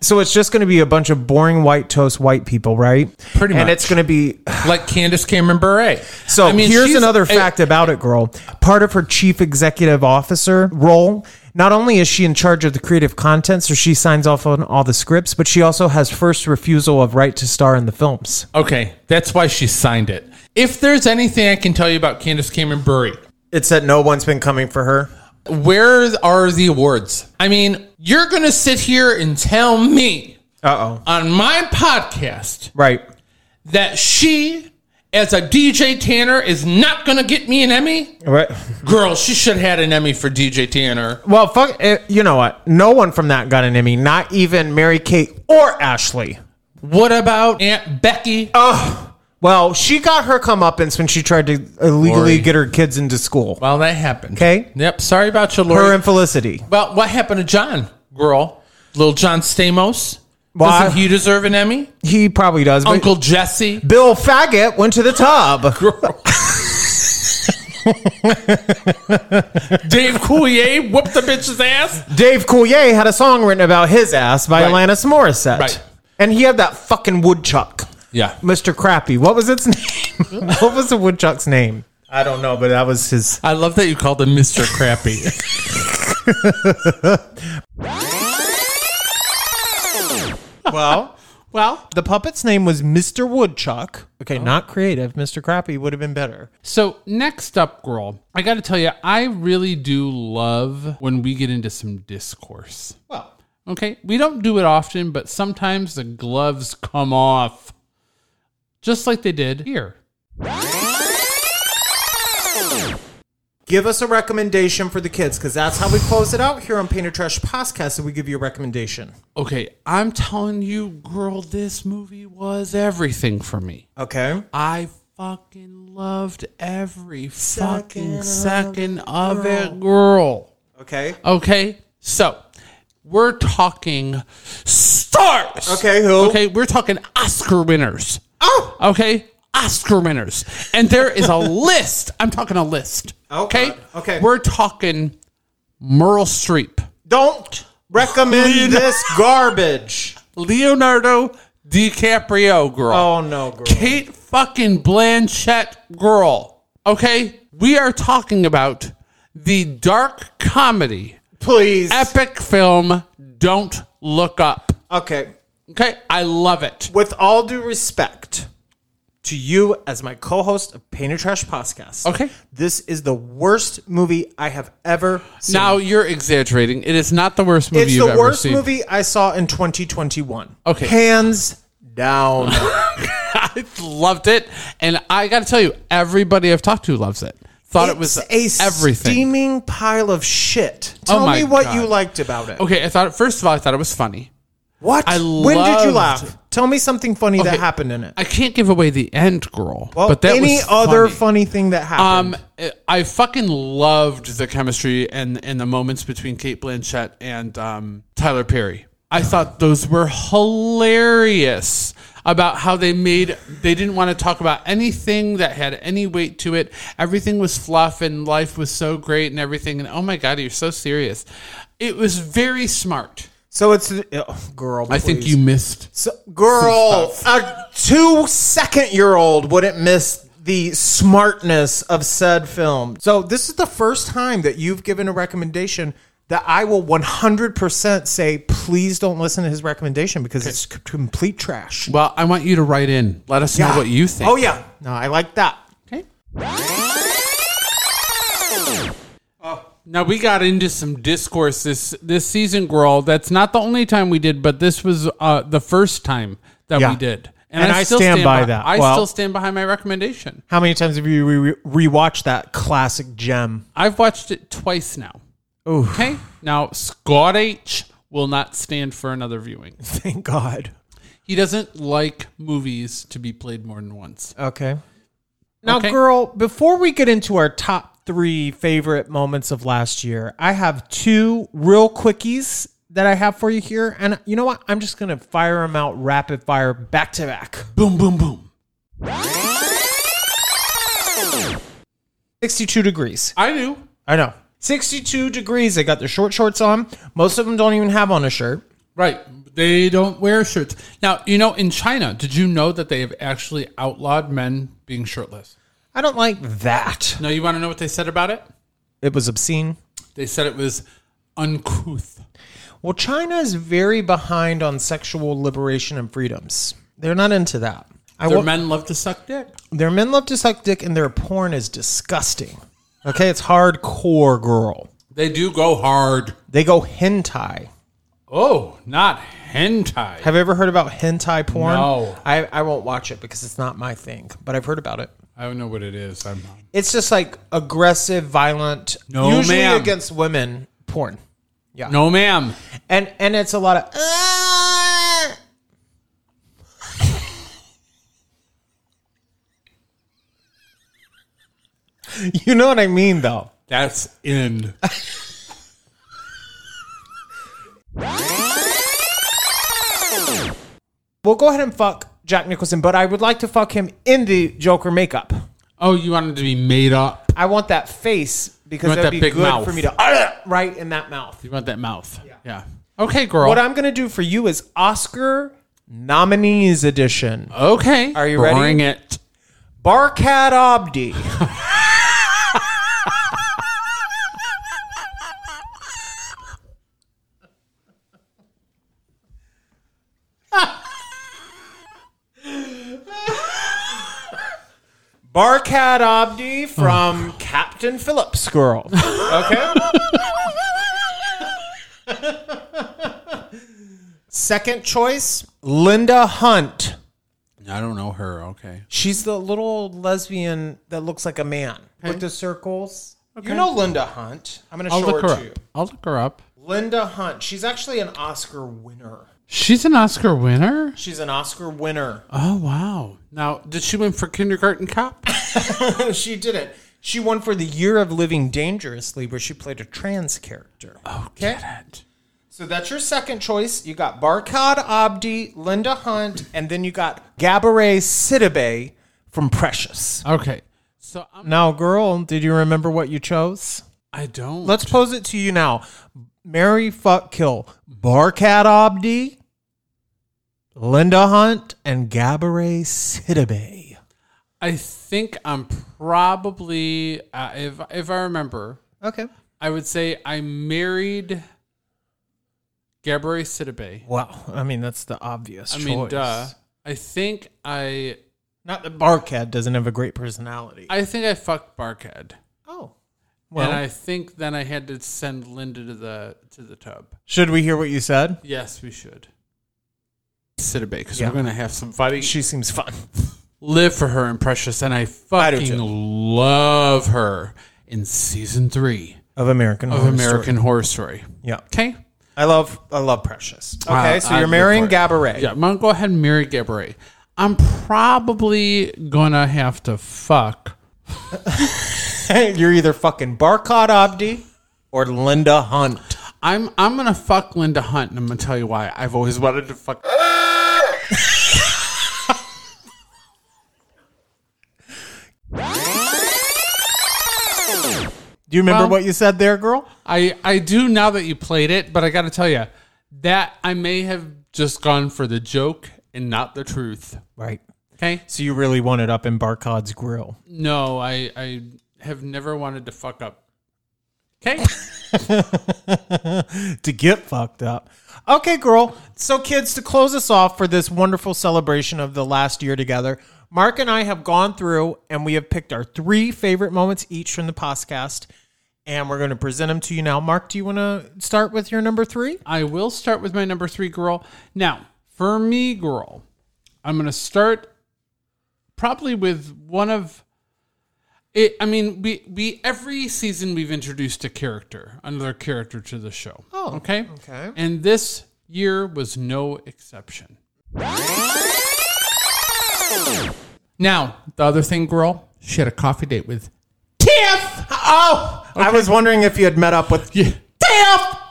Speaker 3: So it's just going to be a bunch of boring white toast white people, right?
Speaker 8: Pretty
Speaker 3: And
Speaker 8: much.
Speaker 3: it's going to be
Speaker 8: like Candace Cameron Bure.
Speaker 3: so.
Speaker 8: I mean,
Speaker 3: here's
Speaker 8: she's
Speaker 3: another
Speaker 8: a- eh,
Speaker 3: fact about it, girl. Part of her chief executive officer role, not only is she in charge of the creative content, so she signs off on all the scripts, but she also has first refusal of right to star in the films.
Speaker 8: Okay, that's why she signed it. If there's anything I can tell you about Candace Cameron Bure,
Speaker 3: It's that no one's been coming for her.
Speaker 8: where are the awards? I mean, you're going to sit here and tell me
Speaker 3: Uh oh.
Speaker 8: on my podcast
Speaker 3: Right.
Speaker 8: that she, as a DJ Tanner, is not going to get me an Emmy?
Speaker 3: Right.
Speaker 8: Girl, she should have had an Emmy for DJ Tanner.
Speaker 3: Well, fuck. eh, You know what? No one from that got an Emmy. Not even Mary Kate or Ashley.
Speaker 8: What about Aunt Becky?
Speaker 3: Well, she got her comeuppance when she tried to illegally
Speaker 8: Lori.
Speaker 3: get her kids into school.
Speaker 8: well, that happened.
Speaker 3: Okay.
Speaker 8: Yep. Sorry about you, Lori.
Speaker 3: Her and Felicity.
Speaker 8: Well, what happened to John, girl? Little John Stamos?
Speaker 3: Why?
Speaker 8: Doesn't he deserve an Emmy?
Speaker 3: He probably does. But
Speaker 8: Uncle Jesse?
Speaker 3: Bill Faggot went to the tub.
Speaker 8: Dave Coulier whooped the bitch's ass?
Speaker 3: Dave Coulier had a song written about his ass by
Speaker 8: Right.
Speaker 3: Alanis Morissette.
Speaker 8: Right.
Speaker 3: And he had that fucking woodchuck,
Speaker 8: Yeah.
Speaker 3: Mr. Crappy. What was its name? what was the woodchuck's name? I don't know, but that was his.
Speaker 8: I love that you called him Mr. Crappy.
Speaker 3: Well,
Speaker 4: Well,
Speaker 3: the puppet's name was Mr. Woodchuck. Okay, not creative. Mr. Crappy would have been better.
Speaker 4: So next up, girl, I got to tell you, I really do love when we get into some discourse.
Speaker 3: Well,
Speaker 4: Okay, we don't do it often, but sometimes the gloves come off, just like they did here.
Speaker 3: give us a recommendation for the kids because that's how we close it out here on Painter Trash Podcast. So we give you a recommendation.
Speaker 4: Okay, I'm telling you, girl, this movie was everything for me.
Speaker 3: Okay.
Speaker 4: I fucking loved every fucking second of it, girl.
Speaker 3: Okay.
Speaker 4: Okay, so we're talking stars.
Speaker 3: Okay, who?
Speaker 4: Okay, we're talking Oscar winners.
Speaker 3: Oh!
Speaker 4: Okay, Oscar winners. And there is a list. I'm talking a list.
Speaker 3: Oh,
Speaker 4: okay,
Speaker 3: God. Okay.
Speaker 4: We're talking Meryl Streep.
Speaker 3: Don't recommend this garbage.
Speaker 4: Leonardo DiCaprio girl.
Speaker 3: Oh no, girl.
Speaker 4: Kate fucking Blanchett girl. Okay? We are talking about the dark comedy
Speaker 3: Please.
Speaker 4: epic film Don't Look Up.
Speaker 3: okay.
Speaker 4: Okay? I love it.
Speaker 3: With all due respect to you as my co-host of Painter Trash Podcast.
Speaker 4: Okay.
Speaker 3: This is the worst movie I have ever seen.
Speaker 4: Now you're exaggerating. It is not the worst movie
Speaker 3: it's
Speaker 4: you've
Speaker 3: the
Speaker 4: ever
Speaker 3: worst
Speaker 4: seen.
Speaker 3: movie I saw in 2021.
Speaker 4: Okay.
Speaker 3: Hands down.
Speaker 4: I loved it, and I got to tell you, everybody I've talked to loves it. Thought it was
Speaker 3: It's a
Speaker 4: everything. Oh
Speaker 3: steaming pile of shit. Tell
Speaker 4: my
Speaker 3: me what
Speaker 4: God.
Speaker 3: you liked about it.
Speaker 4: okay, I thought first of all, I thought it was funny.
Speaker 3: What?
Speaker 4: I
Speaker 3: when did you
Speaker 4: loved-
Speaker 3: laugh? Tell me something funny
Speaker 4: Okay.
Speaker 3: that happened in it.
Speaker 4: I can't give away the end, girl.
Speaker 3: well,
Speaker 4: but that
Speaker 3: any
Speaker 4: was
Speaker 3: other funny thing that happened?
Speaker 4: Um, I fucking loved the chemistry and and the moments between Kate Blanchett and um, Tyler Perry. I thought those were hilarious about how they made they didn't want to talk about anything that had any weight to it. Everything was fluff and life was so great and everything and oh my god, you're so serious. It was very smart.
Speaker 3: so it's oh, girl.
Speaker 4: I think
Speaker 3: please.
Speaker 4: you missed.
Speaker 3: So, girl, a two second year old wouldn't miss the smartness of said film. So, this is the first time that you've given a recommendation that I will 100% say, please don't listen to his recommendation because it's c- complete trash.
Speaker 4: Well, I want you to write in. Let us know what you think.
Speaker 3: Oh, yeah. No, I like that.
Speaker 4: Now we got into some discourse this this season, girl. That's not the only time we did, but this was uh, the first time that
Speaker 3: Yeah.
Speaker 4: we did,
Speaker 3: And I stand by that.
Speaker 4: I
Speaker 3: Well-
Speaker 4: still stand behind my recommendation.
Speaker 3: How many times have you re- re- rewatched that classic gem?
Speaker 4: I've watched it twice now. Okay, now Scott H will not stand for another viewing.
Speaker 3: Thank God.
Speaker 4: He doesn't like movies to be played more than once.
Speaker 3: Okay. Now,
Speaker 4: Okay.
Speaker 3: girl, before we get into our top three favorite moments of last year, I have two real quickies that I have for you here. And you know what? I'm just going to fire them out rapid fire back to back.
Speaker 4: Boom, boom, boom.
Speaker 3: 62 degrees.
Speaker 4: I do.
Speaker 3: I know. 62 degrees. They got their short shorts on. Most of them don't even have on a shirt.
Speaker 4: Right. They don't wear shirts. Now, you know, in China, did you know that they have actually outlawed men being shirtless?
Speaker 3: I don't like that.
Speaker 4: No, you want to know what they said about it?
Speaker 3: It was obscene.
Speaker 4: They said it was uncouth.
Speaker 3: Well, China is very behind on sexual liberation and freedoms. They're not into that. I
Speaker 4: Their
Speaker 3: will-
Speaker 4: men love to suck dick.
Speaker 3: Their men love to suck dick and their porn is disgusting. Okay, it's hardcore girl.
Speaker 4: They do go hard.
Speaker 3: They go hentai.
Speaker 4: Oh, not hentai.
Speaker 3: Have you ever heard about hentai porn?
Speaker 4: No.
Speaker 3: I, I won't watch it because it's not my thing, but I've heard about it.
Speaker 4: I don't know what it is. I'm
Speaker 3: It's just like aggressive, violent,
Speaker 4: No,
Speaker 3: usually
Speaker 4: ma'am.
Speaker 3: against women porn.
Speaker 4: no, ma'am.
Speaker 3: And and it's a lot of "Ah." You know what I mean though.
Speaker 4: That's in.
Speaker 3: We'll go ahead and fuck Jack Nicholson, but I would like to fuck him in the Joker makeup.
Speaker 4: Oh, you wanted to be made up.
Speaker 3: I want that face because
Speaker 4: You want
Speaker 3: that'd
Speaker 4: that
Speaker 3: be
Speaker 4: big
Speaker 3: good
Speaker 4: mouth.
Speaker 3: for me to "Ugh," right in that mouth.
Speaker 4: You want that mouth. Yeah. Okay, girl.
Speaker 3: What I'm gonna do for you is Oscar nominees edition.
Speaker 4: okay.
Speaker 3: Are you ready?
Speaker 4: Bring it.
Speaker 3: Barkat Obdi. Barkat Obdi
Speaker 4: Oh,
Speaker 3: from Captain Phillips Girl. Okay. Second choice, Linda Hunt.
Speaker 4: I don't know her. Okay.
Speaker 3: She's the little old lesbian that looks like a man with the circles. You know Linda Hunt. I'm going to
Speaker 4: I'll
Speaker 3: show
Speaker 4: look
Speaker 3: her,
Speaker 4: her
Speaker 3: to you.
Speaker 4: up. I'll look her up.
Speaker 3: Linda Hunt. She's actually an Oscar winner.
Speaker 4: She's an Oscar winner.
Speaker 3: She's an Oscar winner.
Speaker 4: Oh wow! Now, did she win for Kindergarten Cop?
Speaker 3: she didn't. She won for the Year of Living Dangerously, where she played a trans character.
Speaker 4: Oh, get it.
Speaker 3: So that's your second choice. You got Barkad Abdi, Linda Hunt, and then you got Gabourey Sidibe from Precious.
Speaker 4: Okay, so I'm,
Speaker 3: Now, girl, did you remember what you chose?
Speaker 4: I don't.
Speaker 3: Let's pose it to you now. Mary fuck kill Barkat Obdi Linda Hunt and Gabourey Sidibe.
Speaker 4: I think I'm probably uh, if if I remember,
Speaker 3: Okay.
Speaker 4: I would say I married Gabrielle Sidibe.
Speaker 3: Wow. I mean, that's the obvious
Speaker 4: I
Speaker 3: choice.
Speaker 4: mean, duh. I think I
Speaker 3: Not that Barkhead doesn't have a great personality.
Speaker 4: I think I fucked Barkhead.
Speaker 3: oh. Well,
Speaker 4: and I think then I had to send Linda to the to the tub.
Speaker 3: should we hear what you said?
Speaker 4: Yes, we should. Sidibe, because
Speaker 3: Yeah.
Speaker 4: we're gonna have some fighting.
Speaker 3: She seems fun.
Speaker 4: live for her and Precious, and I
Speaker 3: do
Speaker 4: fucking
Speaker 3: too.
Speaker 4: love her in season three
Speaker 3: Of American
Speaker 4: of
Speaker 3: Horror
Speaker 4: American
Speaker 3: Story.
Speaker 4: Horror Story.
Speaker 3: Yeah.
Speaker 4: Okay.
Speaker 3: I love I love Precious. Okay,
Speaker 4: Uh,
Speaker 3: so
Speaker 4: I'd
Speaker 3: you're
Speaker 4: go
Speaker 3: marrying
Speaker 4: for it.
Speaker 3: Gabourey.
Speaker 4: Yeah, I'm gonna go ahead and marry Gabourey. I'm probably gonna have to fuck.
Speaker 3: you're either fucking Barkod Abdi or Linda Hunt.
Speaker 4: I'm I'm gonna fuck Linda Hunt, and I'm gonna tell you why. I've always wanted to fuck.
Speaker 3: Do you remember
Speaker 4: Well-
Speaker 3: what you said there, girl?
Speaker 4: I I do now that you played it, but I gotta tell you that I may have just gone for the joke and not the truth.
Speaker 3: Right.
Speaker 4: Okay.
Speaker 3: So you really want it up in Barkod's grill.
Speaker 4: No, I I have never wanted to fuck up. Okay.
Speaker 3: to get fucked up. Okay, girl. So, kids, to close us off for this wonderful celebration of the last year together, Mark and I have gone through and we have picked our three favorite moments each from the podcast, and we're going to present them to you now. Mark, do you want to start with your number three?
Speaker 4: I will start with my number three girl. Now, for me, girl, I'm going to start probably with one of it. I mean, we, we, every season we've introduced a character, another character to the show. Oh, okay. Okay. And this year was no exception. Now, the other thing, girl, she had a coffee date with
Speaker 3: Tiff! Oh! I was wondering if you had met up with Tiff!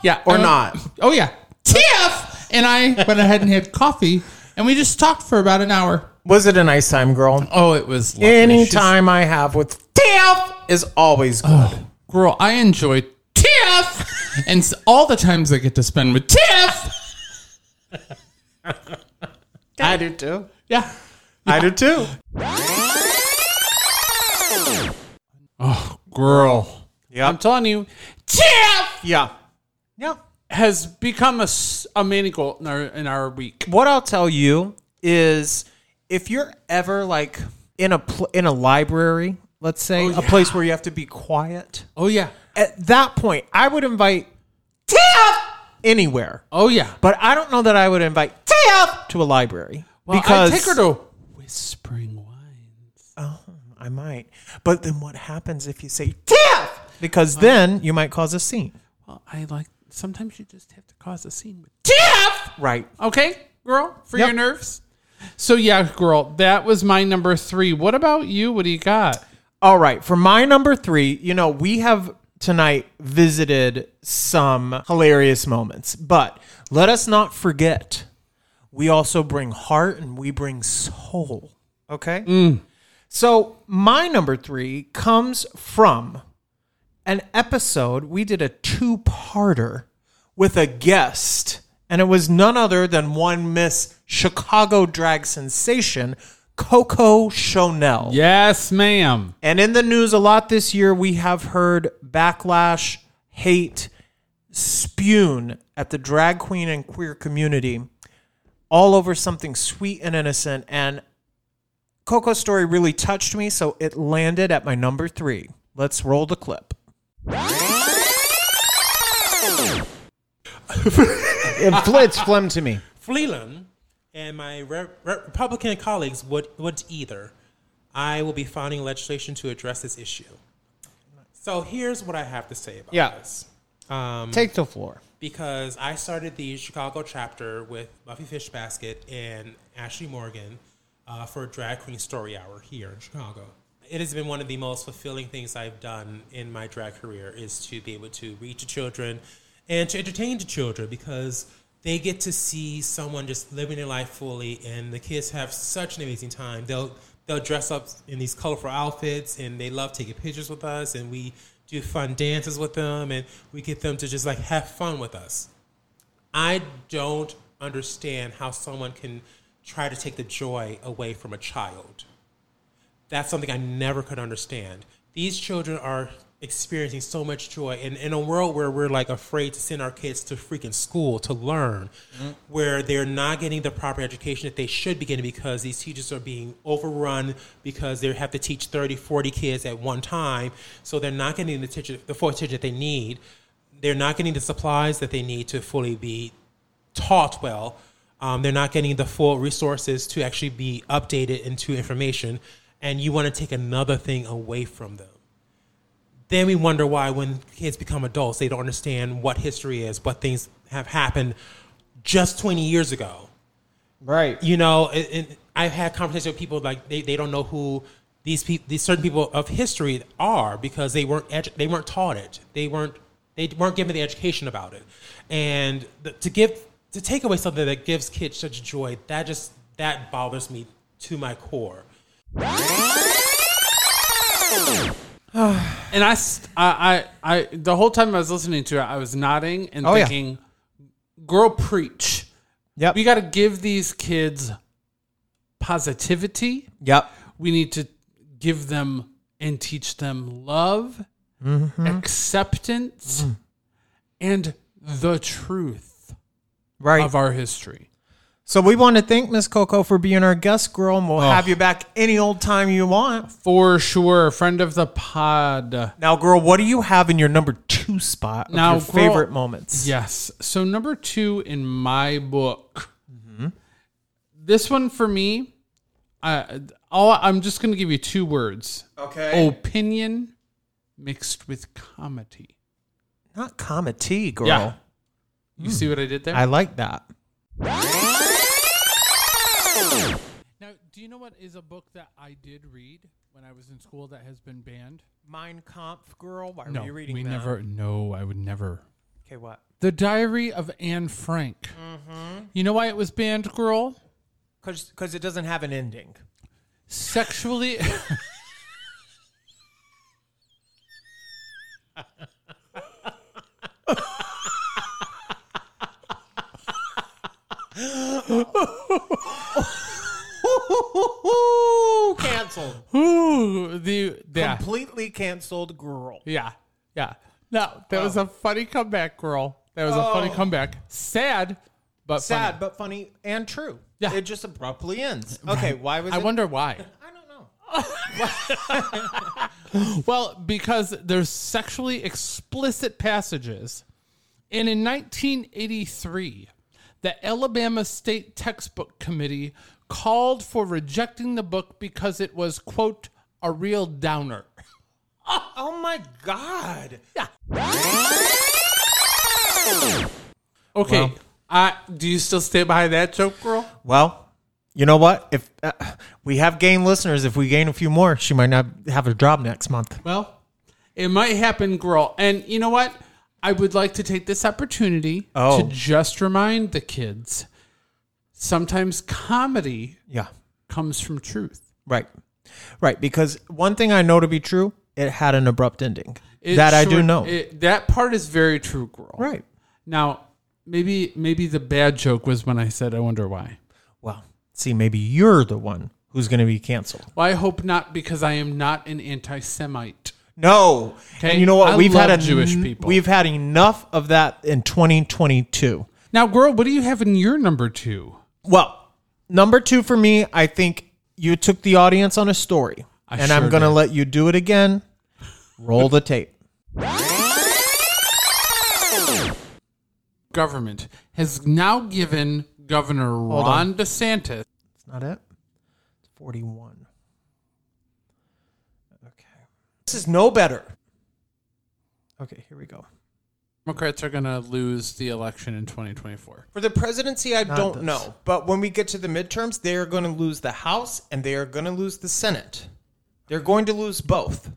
Speaker 4: Yeah,
Speaker 3: Or
Speaker 4: I-
Speaker 3: not.
Speaker 4: Oh yeah, TF. And I went ahead and had coffee, and we just talked for about an hour.
Speaker 3: Was it a nice time, girl?
Speaker 4: Oh, it was lovely.
Speaker 3: Any
Speaker 4: She's-
Speaker 3: time I have with Tiff is always good.
Speaker 4: girl. I enjoy TF, and s- all the times I get to spend with TF.
Speaker 3: I do too.
Speaker 4: Yeah.
Speaker 3: I do too.
Speaker 4: Oh, girl.
Speaker 3: Yeah.
Speaker 4: I'm telling you, TF
Speaker 3: Yeah. Yeah.
Speaker 4: has become a, s- a main goal in our in our week.
Speaker 3: what I'll tell you is if you're ever like in a pl- in a library, let's say a place where you have to be quiet,
Speaker 4: Oh yeah.
Speaker 3: at that point I would invite Tiff anywhere.
Speaker 4: Oh yeah.
Speaker 3: But I don't know that I would invite Tiff to a library
Speaker 4: Well,
Speaker 3: because
Speaker 4: I take her to Whispering Wine.
Speaker 3: I might. But then what happens if you say Tiff? Because then you might cause a scene.
Speaker 4: Well, I like. Sometimes you just have to cause a scene with TF.
Speaker 3: Right.
Speaker 4: Okay, girl, for
Speaker 3: Yep.
Speaker 4: your nerves. So yeah, girl, that was my number three. What about you? What do you got?
Speaker 3: All right, for my number three, you know, we have tonight visited some hilarious moments, but let us not forget we also bring heart and we bring soul. Okay? So, my number three comes from an episode. We did a two parter with a guest, and it was none other than one Miss Chicago drag sensation, Coco Chanel.
Speaker 4: Yes, ma'am.
Speaker 3: And in the news a lot this year, we have heard backlash, hate, spewed at the drag queen and queer community, all over something sweet and innocent. And Coco's story really touched me, so it landed at my number three. Let's roll the clip. it flits phlegm to me.
Speaker 9: Fleeland and my re- re- Republican colleagues would, would either. I will be founding legislation to address this issue. So here's what I have to say about
Speaker 3: Yeah.
Speaker 9: this. Um,
Speaker 3: Take the floor.
Speaker 9: because I started the Chicago chapter with Buffy Fishbasket and Ashley Morgan uh, for Drag Queen Story Hour here in Chicago. It has been one of the most fulfilling things I've done in my drag career is to be able to read to children and to entertain the children because they get to see someone just living their life fully and the kids have such an amazing time. They'll they'll dress up in these colorful outfits and they love taking pictures with us and we do fun dances with them and we get them to just like have fun with us. I don't understand how someone can try to take the joy away from a child. That's something I never could understand. These children are experiencing so much joy. And in a world where we're like afraid to send our kids to freaking school to learn, where they're not getting the proper education that they should be getting because these teachers are being overrun because they have to teach 30, 40 kids at one time. So they're not getting the, teacher, the full attention that they need. They're not getting the supplies that they need to fully be taught well. Um, they're not getting the full resources to actually be updated into information, and you want to take another thing away from them. Then we wonder why, when kids become adults, they don't understand what history is, what things have happened just 20 years ago
Speaker 3: Right.
Speaker 9: you know, and, and I've had conversations with people like they, they don't know who these people, these certain people of history are because they weren't edu- they weren't taught it. They weren't they weren't given the education about it. And the, to give to take away something that gives kids such joy, that just that bothers me to my core.
Speaker 4: And I, st- I, I, I, the whole time I was listening to it, I was nodding and
Speaker 3: Oh, yeah.
Speaker 4: thinking, "Girl, preach."
Speaker 3: Yep.
Speaker 4: We got to give these kids positivity.
Speaker 3: Yep.
Speaker 4: We need to give them and teach them love,
Speaker 3: Mm-hmm.
Speaker 4: acceptance,
Speaker 3: Mm.
Speaker 4: and the truth
Speaker 3: Right.
Speaker 4: of our history.
Speaker 3: So we want to thank Miss Coco for being our guest girl,
Speaker 4: Oh.
Speaker 3: and we'll have you back any old time you want.
Speaker 4: For sure, friend of the pod.
Speaker 3: Now, girl, what do you have in your number two spot of
Speaker 4: Now,
Speaker 3: your
Speaker 4: girl-
Speaker 3: favorite moments?
Speaker 4: Yes. So number two in my book, Mm-hmm. this one for me, I, all, I'm just going to give you two words: Oh.
Speaker 3: Okay.
Speaker 4: opinion mixed with comedy.
Speaker 3: Not comedy, girl.
Speaker 4: Yeah. You see what I did there?
Speaker 3: I like that.
Speaker 4: now, do you know what is a book that I did read when I was in school that has been banned?
Speaker 3: Mein Kampf, girl. Why
Speaker 4: No,
Speaker 3: were you reading
Speaker 4: we
Speaker 3: that?
Speaker 4: never. No, I would never.
Speaker 3: Okay, what?
Speaker 4: The Diary of Anne Frank.
Speaker 3: Mm-hmm.
Speaker 4: You know why it was banned, girl?
Speaker 3: Because it doesn't have an ending.
Speaker 4: sexually
Speaker 3: canceled.
Speaker 4: Ooh, the yeah,
Speaker 3: Completely canceled, girl.
Speaker 4: yeah yeah no that was a funny comeback girl that was a funny comeback Oh. sad but
Speaker 3: Sad,
Speaker 4: funny.
Speaker 3: but funny and true.
Speaker 4: Yeah.
Speaker 3: It just abruptly ends. Okay, why was
Speaker 4: i
Speaker 3: it?
Speaker 4: wonder why
Speaker 3: I don't know.
Speaker 4: well because there's sexually explicit passages and in 1983 the alabama state textbook committee called for rejecting the book because it was quote a real downer
Speaker 3: Oh my God.
Speaker 4: Okay.
Speaker 3: Well-
Speaker 4: I do you still stay behind that joke, girl?
Speaker 3: Well, you know what? If uh, we have gained listeners, if we gain a few more, she might not have a job next month.
Speaker 4: Well, it might happen, girl. And you know what? I would like to take this opportunity
Speaker 3: Oh.
Speaker 4: to just remind the kids sometimes comedy
Speaker 3: Yeah.
Speaker 4: comes from truth.
Speaker 3: Right. Right. Because one thing I know to be true, it had an abrupt ending. that I do
Speaker 4: sure-
Speaker 3: know.
Speaker 4: it- that part is very true, girl.
Speaker 3: right.
Speaker 4: Now, maybe maybe the bad joke was when I said I wonder why.
Speaker 3: Well, see, maybe you're the one who's going to be canceled.
Speaker 4: Well, I hope not because I am not an anti-Semite.
Speaker 3: No.
Speaker 4: Okay,
Speaker 3: And you know what?
Speaker 4: I
Speaker 3: we've had
Speaker 4: love
Speaker 3: en-
Speaker 4: Jewish people.
Speaker 3: We've had enough of that in 2022.
Speaker 4: Now, girl, what do you have in your number two?
Speaker 3: Well, number two for me, I think you took the audience on a story,
Speaker 4: I
Speaker 3: and
Speaker 4: sure
Speaker 3: I'm going to
Speaker 4: did.
Speaker 3: let you do it again. Roll the tape.
Speaker 4: government has now given Governor Ron DeSantis
Speaker 3: It's not it. It's 41. Okay. This is no better. Okay, here we go.
Speaker 4: Democrats are going to lose the election in 2024.
Speaker 3: For the presidency, I don't
Speaker 2: this.
Speaker 3: know. But when we get to the midterms, they are going to lose the House and they are going to lose the Senate. They're going to lose both.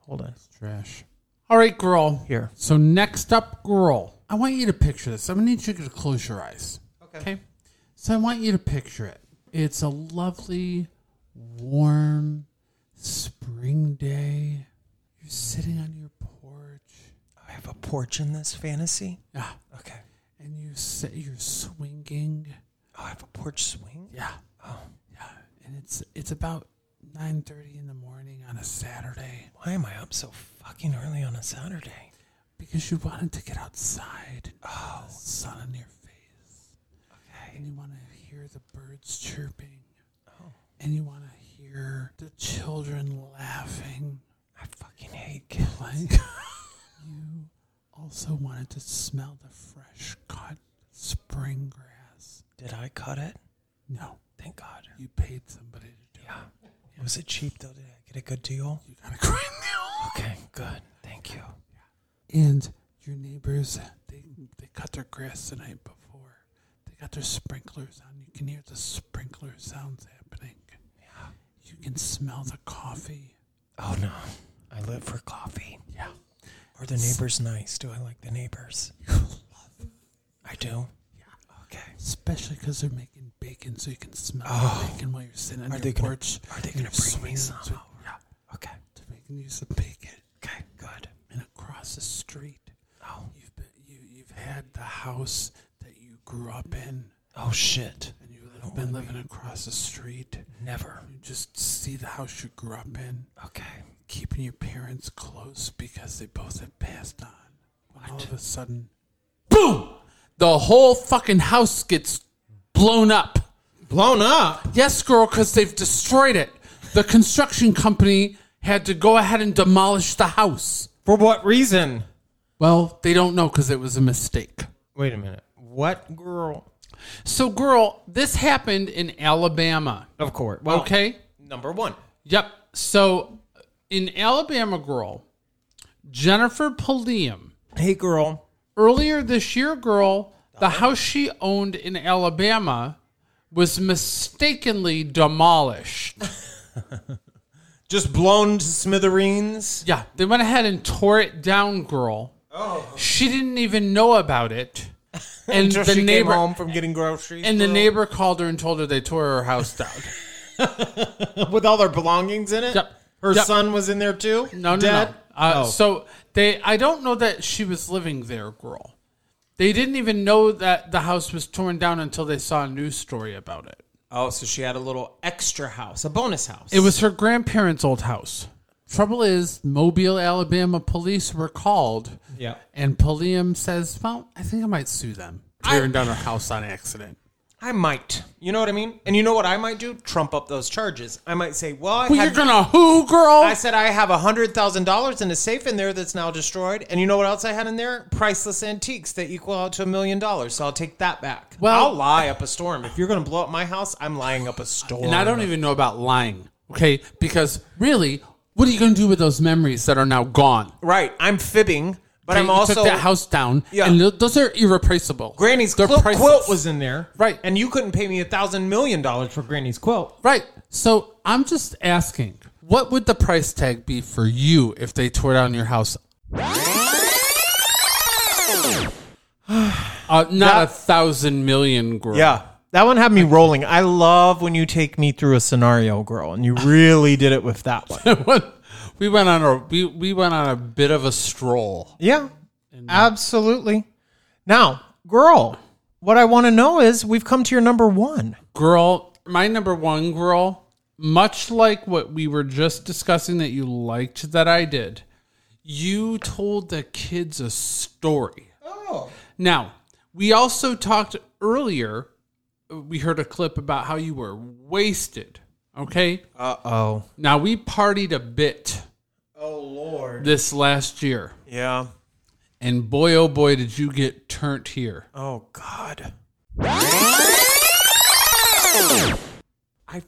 Speaker 3: Hold on.
Speaker 4: Trash. All right, girl.
Speaker 3: Here.
Speaker 4: So next up, girl. I want you to picture this. I'm going to need you to close your eyes. Okay. So I want you to picture it. It's a lovely, warm spring day. You're sitting on your porch.
Speaker 3: I have a porch in this fantasy.
Speaker 4: Ah,
Speaker 3: Okay.
Speaker 2: and you say you're swinging.
Speaker 3: Oh, I have a porch swing.
Speaker 2: Yeah. Oh. Yeah. And it's it's about nine thirty in the morning on a Saturday
Speaker 3: Why am I up so fucking early on a Saturday?
Speaker 2: because you wanted to get outside. And oh, the sun on your face. Okay. And you want to hear the birds chirping. Oh. And you want to hear the children laughing.
Speaker 3: I fucking hate kids.
Speaker 2: Like you also wanted to smell the fresh cut spring grass.
Speaker 3: Did I cut it?
Speaker 2: No,
Speaker 3: Thank God.
Speaker 2: you paid somebody to do it.
Speaker 3: Was it cheap though? Did I get a good deal?
Speaker 2: You got a great deal.
Speaker 3: Okay, good. Thank you.
Speaker 2: And your neighbors, they they cut their grass the night before. They got their sprinklers on. You can hear the sprinkler sounds happening. Yeah. You can smell the coffee.
Speaker 3: Oh no, I live for coffee.
Speaker 2: Yeah.
Speaker 3: Are the neighbors nice? Do I like the neighbors? I do. Yeah. Okay. Oh.
Speaker 2: Especially because they're making bacon, so you can smell the bacon while you're sitting on
Speaker 3: Are
Speaker 2: your
Speaker 3: they gonna-
Speaker 2: porch.
Speaker 3: are they
Speaker 2: and
Speaker 3: gonna
Speaker 2: you're
Speaker 3: bring
Speaker 2: swinging
Speaker 3: me some
Speaker 2: to-
Speaker 3: over?
Speaker 2: Yeah.
Speaker 3: Okay.
Speaker 2: They're making use of bacon.
Speaker 3: Okay. Good.
Speaker 2: and across the street.
Speaker 3: Oh.
Speaker 2: You've been, you, you've had the house that you grew up in,
Speaker 3: Oh shit.
Speaker 2: and you've been living across the street.
Speaker 3: Never.
Speaker 2: You just see the house you grew up in,
Speaker 3: Okay.
Speaker 2: keeping your parents close because they both have passed on. When all of a sudden, boom! The whole fucking house gets blown up.
Speaker 10: Blown up.
Speaker 2: Yes, girl, because they've destroyed it. The construction company had to go ahead and demolish the house.
Speaker 3: For what reason?
Speaker 2: Well, they don't know because it was a mistake.
Speaker 3: Wait a minute. What girl?
Speaker 2: So, girl, this happened in Alabama.
Speaker 3: Of course. Well,
Speaker 2: Okay.
Speaker 3: Oh, Number one.
Speaker 2: Yep. So, in Alabama, girl, Jennifer Palladium,
Speaker 3: Hey girl.
Speaker 2: earlier this year, girl, the house she owned in Alabama was mistakenly demolished.
Speaker 3: Just blown to smithereens.
Speaker 2: Yeah, they went ahead and tore it down, girl. Oh. She didn't even know about it. And
Speaker 3: Until
Speaker 2: the
Speaker 3: she
Speaker 2: neighbor
Speaker 3: came home Oh. from getting groceries.
Speaker 2: and the
Speaker 3: girl.
Speaker 2: neighbor called her and told her they tore her house down.
Speaker 3: with all their belongings in it.
Speaker 2: Yep.
Speaker 3: Her
Speaker 2: Yep.
Speaker 3: son was in there too.
Speaker 2: No, no,
Speaker 3: Dead?
Speaker 2: no. Uh,
Speaker 3: Oh.
Speaker 2: So they, I don't know that she was living there, girl. They didn't even know that the house was torn down until they saw a news story about it.
Speaker 3: Oh, so she had a little extra house, a bonus house.
Speaker 2: It was her grandparents' old house. Trouble is, Mobile, Alabama police were called.
Speaker 3: Yeah.
Speaker 2: And Palladium says, "Well, I think I might sue them." Tearing down her house on accident.
Speaker 3: I might. You know what I mean? And you know what I might do? Trump up those charges. I might say, well, I,
Speaker 2: Well,
Speaker 3: had,
Speaker 2: you're gonna who, girl?
Speaker 3: I said I have $100,000 in a safe in there that's now destroyed. And you know what else I had in there? Priceless antiques that equal out to a million dollars. So I'll take that back.
Speaker 2: Well-
Speaker 3: I'll lie up a storm. If you're going to blow up my house, I'm lying up a storm.
Speaker 2: and I don't even know about lying, okay? Because really, what are you gonna do with those memories that are now gone?
Speaker 3: Right. I'm fibbing, but
Speaker 2: They
Speaker 3: I'm also.
Speaker 2: took that house down,
Speaker 3: Yeah.
Speaker 2: and tho- those are irreplaceable.
Speaker 3: Granny's
Speaker 2: They're
Speaker 3: quilt,
Speaker 2: priceless.
Speaker 3: quilt was in there.
Speaker 2: Right.
Speaker 3: And you couldn't pay me a thousand million dollars for Granny's quilt.
Speaker 2: right. So I'm just asking, what would the price tag be for you if they tore down your house? Uh, not a thousand million, girl.
Speaker 3: Yeah. That one had me rolling. I love when you take me through a scenario, girl, and you really did it with that one.
Speaker 2: we went on a we, we went on a bit of a stroll.
Speaker 3: Yeah. Absolutely. Now, girl, what I want to know is we've come to your number one.
Speaker 2: Girl, my number one girl, much like what we were just discussing that you liked that I did, you told the kids a story. Oh. Now, we also talked earlier, we heard a clip about how you were wasted. Okay.
Speaker 3: Uh oh.
Speaker 2: Now, we partied a bit. Oh, Lord. This last year.
Speaker 3: Yeah.
Speaker 2: And boy, oh boy, did you get turned here.
Speaker 3: Oh, God. I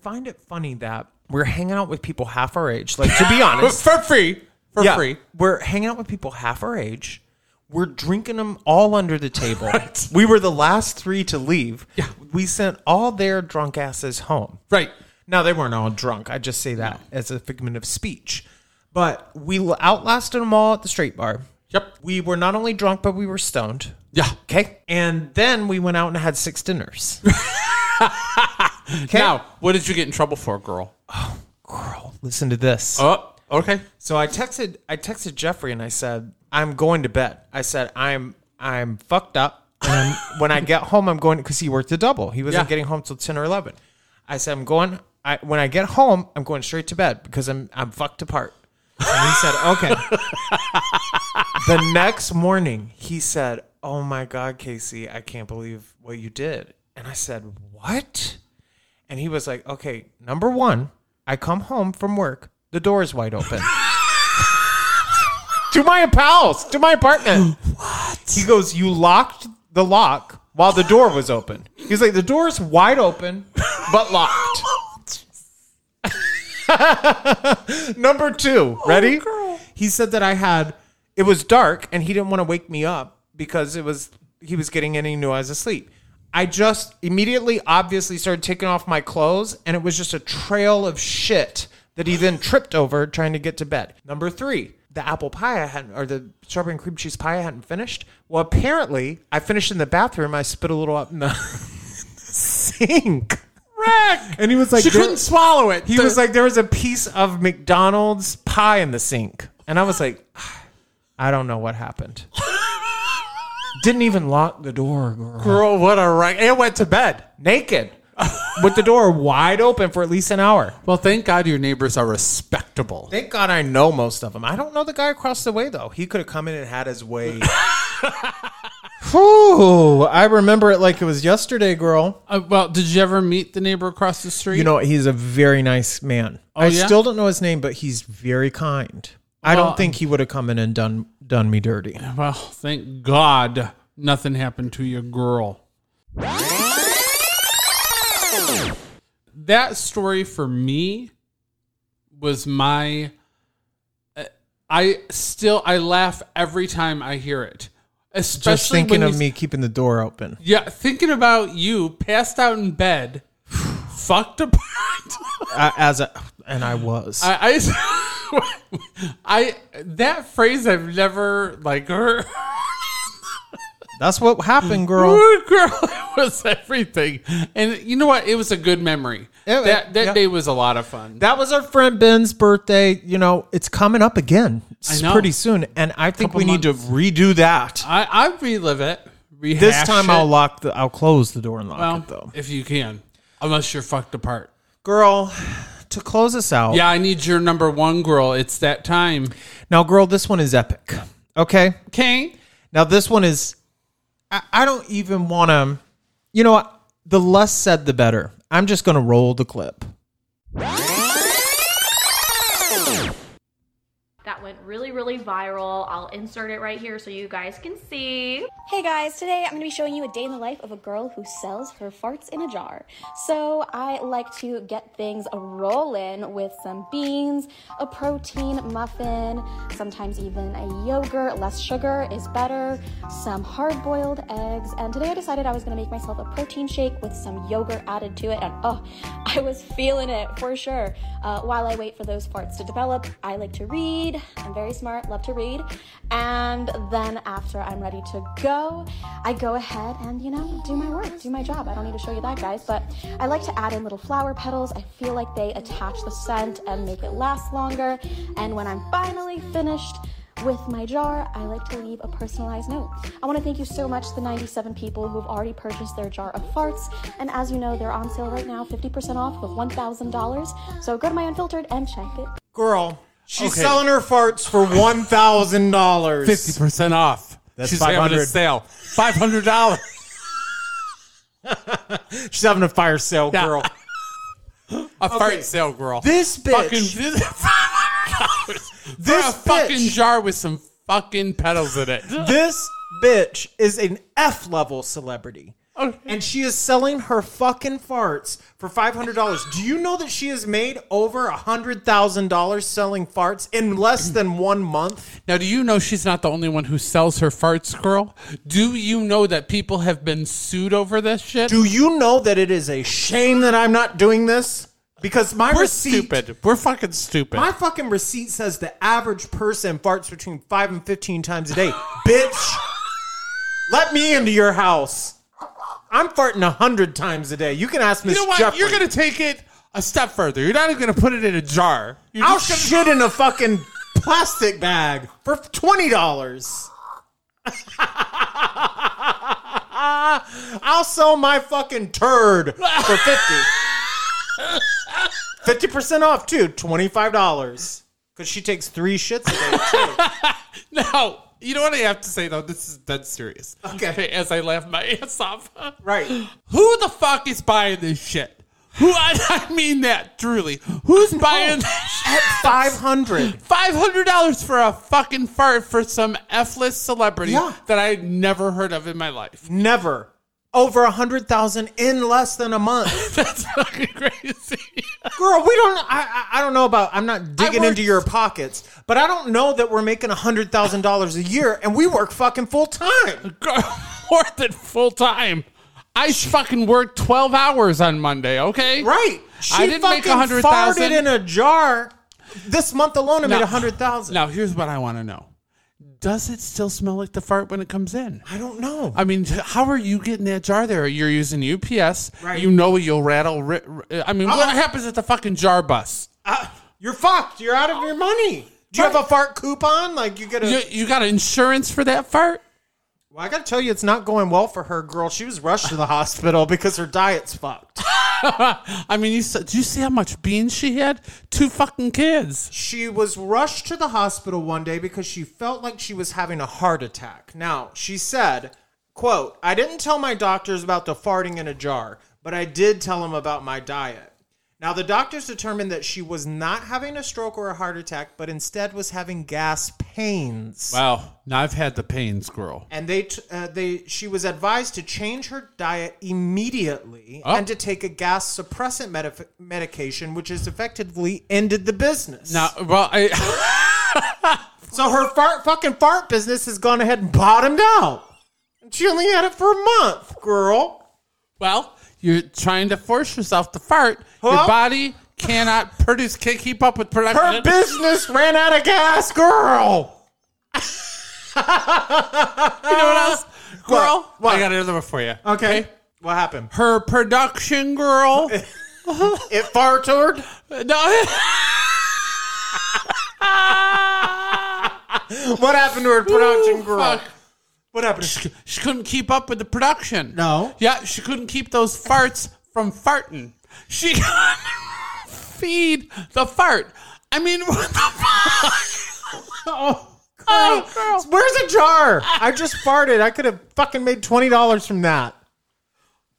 Speaker 3: find it funny that we're hanging out with people half our age. Like, to be honest,
Speaker 2: For free. For
Speaker 3: Yeah.
Speaker 2: free.
Speaker 3: We're hanging out with people half our age. We're drinking them all under the table. We were the last three to leave. Yeah. We sent all their drunk asses home.
Speaker 2: Right.
Speaker 3: Now, they weren't all drunk. I just say that as a figment of speech. But we l- outlasted them all at the straight bar.
Speaker 2: Yep.
Speaker 3: We were not only drunk, but we were stoned.
Speaker 2: Yeah.
Speaker 3: Okay. And then we went out and had six dinners. okay.
Speaker 2: Now, what did you get in trouble for, girl?
Speaker 3: Girl, listen to this.
Speaker 2: Oh, okay.
Speaker 3: So I texted I texted Jeffrey and I said, I'm going to bed. I said, I'm I'm fucked up. And I'm, when I get home, I'm going because he worked a double. He wasn't
Speaker 8: Yeah.
Speaker 3: getting home till ten or eleven. I said, I'm going. I when I get home, I'm going straight to bed because I'm I'm fucked apart. And he said, okay. the next morning, he said, "Oh my god, Casey, I can't believe what you did." And I said, "What?" And he was like, "Okay, number one, I come home from work, the door is wide open." to my house, to my apartment. He goes, You locked the lock while the door was open. He's like, The door's wide open, but locked. Number two, ready? he said that I had, it was dark and he didn't want to wake me up because it was, he was getting in and he knew I was asleep. I just immediately, obviously, started taking off my clothes and it was just a trail of shit that he then tripped over trying to get to bed. Number three, the apple pie I hadn't, or the strawberry and cream cheese pie I hadn't finished. Well, apparently, I finished in the bathroom. I spit a little up in the sink. Wreck! And he was like,
Speaker 8: She
Speaker 3: "There-
Speaker 8: couldn't swallow it.
Speaker 3: he was like, there was a piece of McDonald's pie in the sink. And I was like, I don't know what happened. Didn't even lock the door, girl.
Speaker 8: girl, what a right. It went to bed.
Speaker 3: Naked. With the door wide open for at least an hour.
Speaker 8: Well, thank God your neighbors are respectable.
Speaker 3: Thank God I know most of them. I don't know the guy across the way, though. He could have come in and had his way. Whew, I remember it like it was yesterday, girl.
Speaker 4: Uh, well, did you ever meet the neighbor across the street?
Speaker 3: You know, he's a very nice man. I
Speaker 4: Oh, yeah?
Speaker 3: still don't know his name, but he's very kind. I
Speaker 4: Well-
Speaker 3: don't think he would have come in and done done me dirty.
Speaker 4: Well, thank God nothing happened to your girl. That story for me was my. uh, I still I laugh every time I hear it, especially
Speaker 3: Just thinking
Speaker 4: when
Speaker 3: of
Speaker 4: you-
Speaker 3: me keeping the door open.
Speaker 4: Yeah, thinking about you passed out in bed, fucked apart.
Speaker 3: I, as a, and I was.
Speaker 4: I, I, I that phrase I've never like heard.
Speaker 3: That's what happened, girl.
Speaker 4: Ooh, girl, it was everything. And you know what? It was a good memory.
Speaker 3: It-
Speaker 4: that that
Speaker 3: yeah.
Speaker 4: day was a lot of fun.
Speaker 3: That was our friend Ben's birthday. You know, it's coming up again. It's
Speaker 4: know.
Speaker 3: pretty soon. And I think
Speaker 4: Couple
Speaker 3: we need to
Speaker 4: months.
Speaker 3: redo that.
Speaker 4: I, I relive it. Rehash
Speaker 3: this time
Speaker 4: it.
Speaker 3: I'll lock the I'll close the door and lock
Speaker 4: well,
Speaker 3: it though.
Speaker 4: if you can, unless you're fucked apart.
Speaker 3: Girl, to close us out.
Speaker 4: Yeah, I need your number one girl. It's that time.
Speaker 3: Now, girl, this one is epic. Okay.
Speaker 4: Okay.
Speaker 3: Now this one is I, I don't even wanna you know what? The less said the better. I'm just gonna roll the clip.
Speaker 11: That went really, really viral. I'll insert it right here so you guys can see.
Speaker 12: Hey guys, today I'm going to be showing you a day in the life of a girl who sells her farts in a jar. So I like to get things rolling with some beans, a protein muffin, sometimes even a yogurt. Less sugar is better, some hard boiled eggs. And today I decided I was going to make myself a protein shake with some yogurt added to it. And oh, I was feeling it for sure. Uh, while I wait for those farts to develop, I like to read. I'm very smart, love to read. And then after I'm ready to go, I go ahead and, you know, do my work, do my job. I don't need to show you that, guys, but I like to add in little flower petals. I feel like they attach the scent and make it last longer. And when I'm finally finished, with my jar, I like to leave a personalized note. I want to thank you so much, the 97 people who've already purchased their jar of farts. And as you know, they're on sale right now, 50% off with $1,000. So go to my unfiltered and check it.
Speaker 3: Girl, she's
Speaker 4: Okay.
Speaker 3: selling her farts for one thousand dollars.
Speaker 4: Fifty percent off.
Speaker 3: That's
Speaker 4: She's having a
Speaker 3: 500.
Speaker 4: sale. Five hundred dollars.
Speaker 3: She's having a fire sale,
Speaker 4: Yeah.
Speaker 3: girl.
Speaker 4: A fart sale, girl.
Speaker 3: This
Speaker 4: fucking
Speaker 3: bitch,
Speaker 4: this
Speaker 3: this
Speaker 4: a fucking
Speaker 3: bitch,
Speaker 4: jar with some fucking petals in it.
Speaker 3: this bitch is an F level celebrity,
Speaker 4: Okay.
Speaker 3: and she is selling her fucking farts for five hundred dollars. Do you know that she has made over hundred thousand dollars selling farts in less than one month?
Speaker 4: Now, do you know she's not the only one who sells her farts, girl? Do you know that people have been sued over this shit?
Speaker 3: Do you know that it is a shame that I'm not doing this because my
Speaker 4: We're
Speaker 3: receipt.
Speaker 4: stupid. We're fucking stupid.
Speaker 3: My fucking receipt says the average person farts between five and fifteen times a day. Bitch, let me into your house. I'm farting a hundred times a day. You can ask Miss
Speaker 4: you know what?
Speaker 3: Jeffrey.
Speaker 4: You're gonna take it a step further. You're not even gonna put it in a jar. You're
Speaker 3: I'll
Speaker 4: just gonna-
Speaker 3: shit in a fucking plastic bag for twenty dollars. I'll sell my fucking turd for 50. 50% off too, $25. Because she takes three shits a day.
Speaker 4: No, you know what I have to say though. This is dead serious.
Speaker 3: Okay.
Speaker 4: as I laugh my ass off.
Speaker 3: Right.
Speaker 4: Who the fuck is buying this shit? Who I, I mean that truly. Who's buying at
Speaker 3: Oh, five hundred?
Speaker 4: Five hundred dollars for a fucking fart for some effless celebrity
Speaker 3: Yeah.
Speaker 4: that I never heard of in my life.
Speaker 3: Never. Over a hundred thousand in less than a month.
Speaker 4: That's fucking crazy.
Speaker 3: Girl, we don't I, I I don't know about I'm not digging
Speaker 4: worked-
Speaker 3: into your pockets, but I don't know that we're making a hundred thousand dollars a year and we work fucking full time.
Speaker 4: More than full time. I fucking worked twelve hours on Monday. Okay,
Speaker 3: Right. She
Speaker 4: I didn't make
Speaker 3: fucking
Speaker 4: a hundred thousand.
Speaker 3: farted in a jar this month alone and
Speaker 4: No.
Speaker 3: made a hundred thousand.
Speaker 4: Now, here's what I want to know. Does it still smell like the fart when it comes in?
Speaker 3: I don't know.
Speaker 4: I mean, how are you getting that jar there? You're using UPS.
Speaker 3: Right. Oh.
Speaker 4: You know you'll rattle. ri- ri- I mean, what happens at the fucking jar bus?
Speaker 3: You're fucked. You're out of your money. Do you have a fart coupon? Like you get a
Speaker 4: You, you got insurance for that fart?
Speaker 3: Well, I gotta tell you, it's not going well for her, girl. She was rushed to the hospital because her diet's fucked.
Speaker 4: I mean, you saw, did you see how much beans she had? Two fucking kids.
Speaker 3: She was rushed to the hospital one day because she felt like she was having a heart attack. Now, she said, quote, I didn't tell my doctors about the farting in a jar, but I did tell them about my diet. Now, the doctors determined that she was not having a stroke or a heart attack, but instead was having gas pains.
Speaker 4: Wow. Now I've had the pains, girl.
Speaker 3: and they t- uh, they she was advised to change her diet immediately
Speaker 4: Oh.
Speaker 3: and to take a gas suppressant medif- medication which has effectively ended the business
Speaker 4: Now, well, I,
Speaker 3: so her fart fucking fart business has gone ahead and bottomed out and she only had it for a month girl
Speaker 4: well, you're trying to force yourself to fart. Your
Speaker 3: Huh?
Speaker 4: body cannot produce, can't keep up with production.
Speaker 3: her business ran out of gas girl
Speaker 4: You know what else? Girl,
Speaker 3: What? What?
Speaker 4: I got another one for you.
Speaker 3: okay what happened
Speaker 4: Her production girl.
Speaker 3: it farted
Speaker 4: no,
Speaker 3: what happened to her production girl
Speaker 4: fuck.
Speaker 3: what happened to
Speaker 4: she couldn't keep up with the production.
Speaker 3: No.
Speaker 4: Yeah, she couldn't keep those farts from farting. She couldn't feed the fart. I mean, what the fuck?
Speaker 3: oh
Speaker 4: Oh, girl.
Speaker 3: Where's a jar? I just farted. I could have fucking made twenty dollars from that.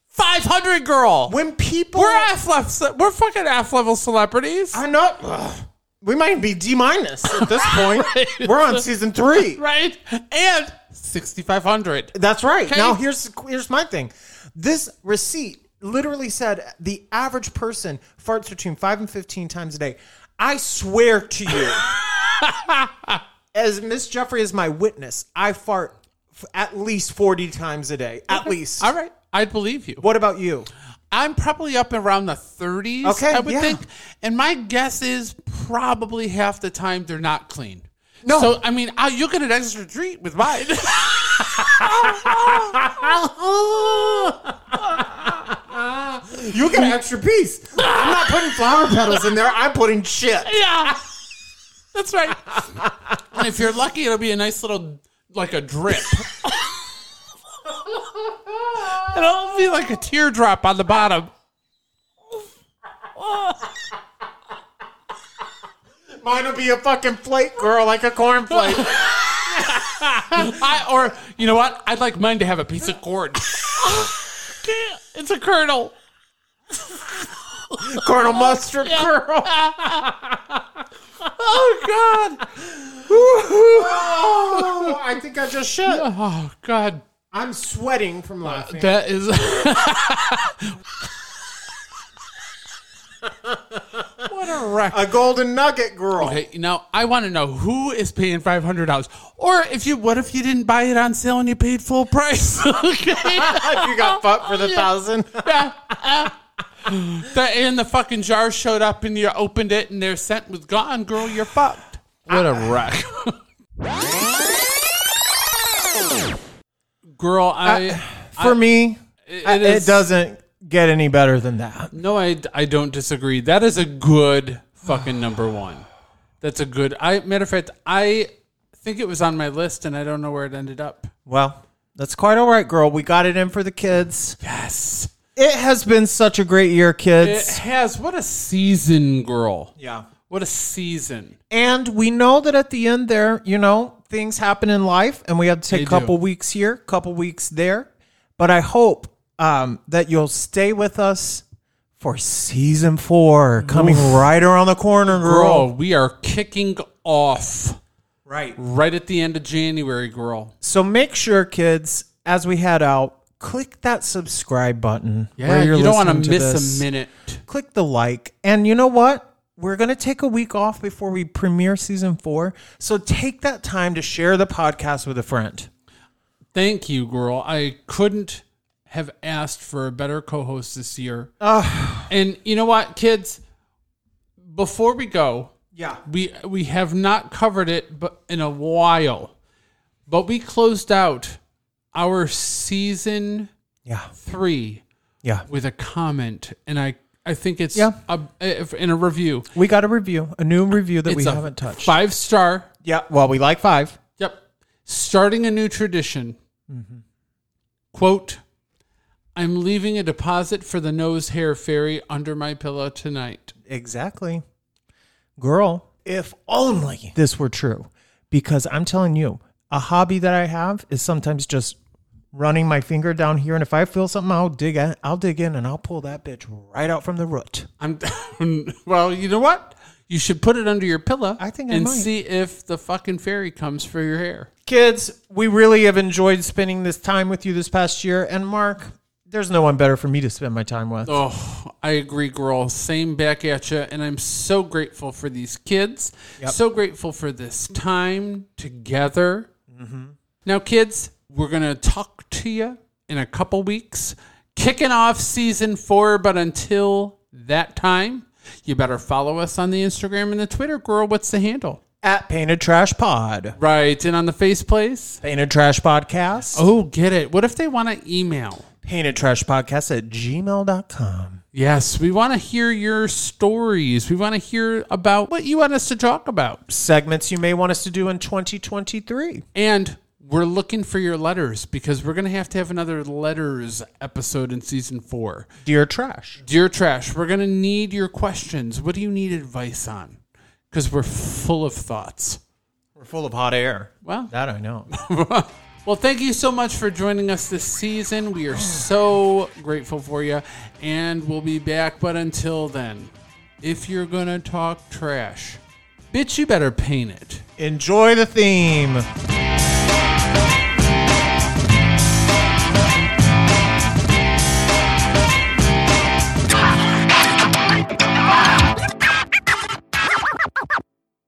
Speaker 4: 500 girl.
Speaker 3: When people
Speaker 4: We're F level. We're fucking F level celebrities.
Speaker 3: I know. Ugh. we might be D minus at this point. We're on season three.
Speaker 4: right? And 6,500.
Speaker 3: That's right.
Speaker 4: Okay.
Speaker 3: Now here's here's my thing. This receipt literally said the average person farts between five and fifteen times a day. I swear to you, as Miss Jeffrey is my witness, I fart f- at least forty times a day. At least.
Speaker 4: All right. I believe you.
Speaker 3: What about you?
Speaker 4: I'm probably up around the 30s,
Speaker 3: Okay,
Speaker 4: I would
Speaker 3: yeah.
Speaker 4: think. And my guess is probably half the time they're not clean.
Speaker 3: No.
Speaker 4: So, I mean, I, you'll get an extra treat with mine.
Speaker 3: You get an extra piece. I'm not putting flower petals in there. I'm putting shit.
Speaker 4: yeah. That's right. and if you're lucky, it'll be a nice little, like a drip. it'll be like a teardrop on the bottom.
Speaker 3: Mine will be a fucking flake, girl, like a corn flake.
Speaker 4: I, or, you know what? I'd like mine to have a piece of corn. it's a kernel.
Speaker 3: Colonel Mustard, girl.
Speaker 4: Oh, God.
Speaker 3: oh, I think I just shit.
Speaker 4: Oh God,
Speaker 3: I'm sweating from laughing.
Speaker 4: that is. what a wreck!
Speaker 3: A golden nugget, girl.
Speaker 4: Okay, now I want to know who is paying five hundred dollars, or if you, what if you didn't buy it on sale and you paid full price? okay,
Speaker 3: If you got fucked for the thousand.
Speaker 4: that and the fucking jar showed up and you opened it and their scent was gone. Girl, you're fucked. What a wreck! Girl, I
Speaker 3: For me,
Speaker 4: it is-
Speaker 3: doesn't get any better than that.
Speaker 4: No, I, I don't disagree. That is a good fucking number one. That's a good. I matter of fact, I think it was on my list, and I don't know where it ended up.
Speaker 3: Well, That's quite all right, girl. We got it in for the kids. Yes. It has been such a great year, kids.
Speaker 2: It has. What a season, girl.
Speaker 3: Yeah.
Speaker 2: What a season.
Speaker 3: And we know that at the end there, you know, things happen in life and we have to take a
Speaker 2: They
Speaker 3: couple
Speaker 2: do.
Speaker 3: weeks here, couple weeks there. But I hope um, that you'll stay with us for season four coming
Speaker 2: Oof.
Speaker 3: right around the corner, girl.
Speaker 2: Girl, we are kicking off.
Speaker 3: Right.
Speaker 2: Right at the end of January, girl.
Speaker 3: So make sure, kids, as we head out, click that subscribe button.
Speaker 2: Yeah, you don't wanna
Speaker 3: listening to
Speaker 2: miss a
Speaker 3: this.
Speaker 2: minute.
Speaker 3: Click the like. And you know what? We're going to take a week off before we premiere season four. So take that time to share the podcast with a friend.
Speaker 2: Thank you, girl. I couldn't have asked for a better co host this year. and you know what, kids? Before we go,
Speaker 3: Yeah.
Speaker 2: we we have not covered it but in a while. But we closed out our season
Speaker 3: Yeah.
Speaker 2: three
Speaker 3: Yeah.
Speaker 2: with a comment. And I, I think it's
Speaker 3: Yeah.
Speaker 2: a, if- in a review.
Speaker 3: We got a review, a new review that
Speaker 2: It's
Speaker 3: we
Speaker 2: a
Speaker 3: haven't touched.
Speaker 2: Five star.
Speaker 3: Yeah. Well, we like five.
Speaker 2: Yep. Starting a new tradition.
Speaker 3: Mm-hmm.
Speaker 2: Quote I'm leaving a deposit for the nose hair fairy under my pillow tonight.
Speaker 3: Exactly. Girl, if only this were true, because I'm telling you, a hobby that I have is sometimes just running my finger down here, and if I feel something, I'll dig in, I'll dig in, and I'll pull that bitch right out from the root.
Speaker 2: I'm well, you know what? You should put it under your pillow
Speaker 3: I think I
Speaker 2: and
Speaker 3: might.
Speaker 2: see if the fucking fairy comes for your hair.
Speaker 3: Kids, we really have enjoyed spending this time with you this past year, and Mark, there's no one better for me to spend my time with.
Speaker 2: Oh, I agree, girl. Same back at you. And I'm so grateful for these kids.
Speaker 3: Yep.
Speaker 2: So grateful for this time together. Now, kids, we're going to talk to you in a couple weeks, kicking off season four. But until that time, you better follow us on the Instagram and the Twitter. Girl, what's the handle?
Speaker 3: At Painted Trash Pod,
Speaker 2: Right. And on the face place?
Speaker 3: Painted Trash Podcast,
Speaker 2: Oh, get it. What if they want to email?
Speaker 3: Painted Trash Podcast at gmail.com.
Speaker 2: Yes, we want to hear your stories. We want to hear about what you want us to talk about.
Speaker 3: Segments you may want us to do in 2023.
Speaker 2: And we're looking for your letters because we're going to have to have another letters episode in season four.
Speaker 3: Dear Trash.
Speaker 2: Dear Trash, we're going to need your questions. What do you need advice on? Because we're full of thoughts.
Speaker 3: We're full of hot air.
Speaker 2: Well.
Speaker 3: that I know.
Speaker 2: Well, thank you so much for joining us this season. We are so grateful for you, and we'll be back. But until then, if you're going to talk trash, bitch, you better paint it.
Speaker 3: Enjoy the theme.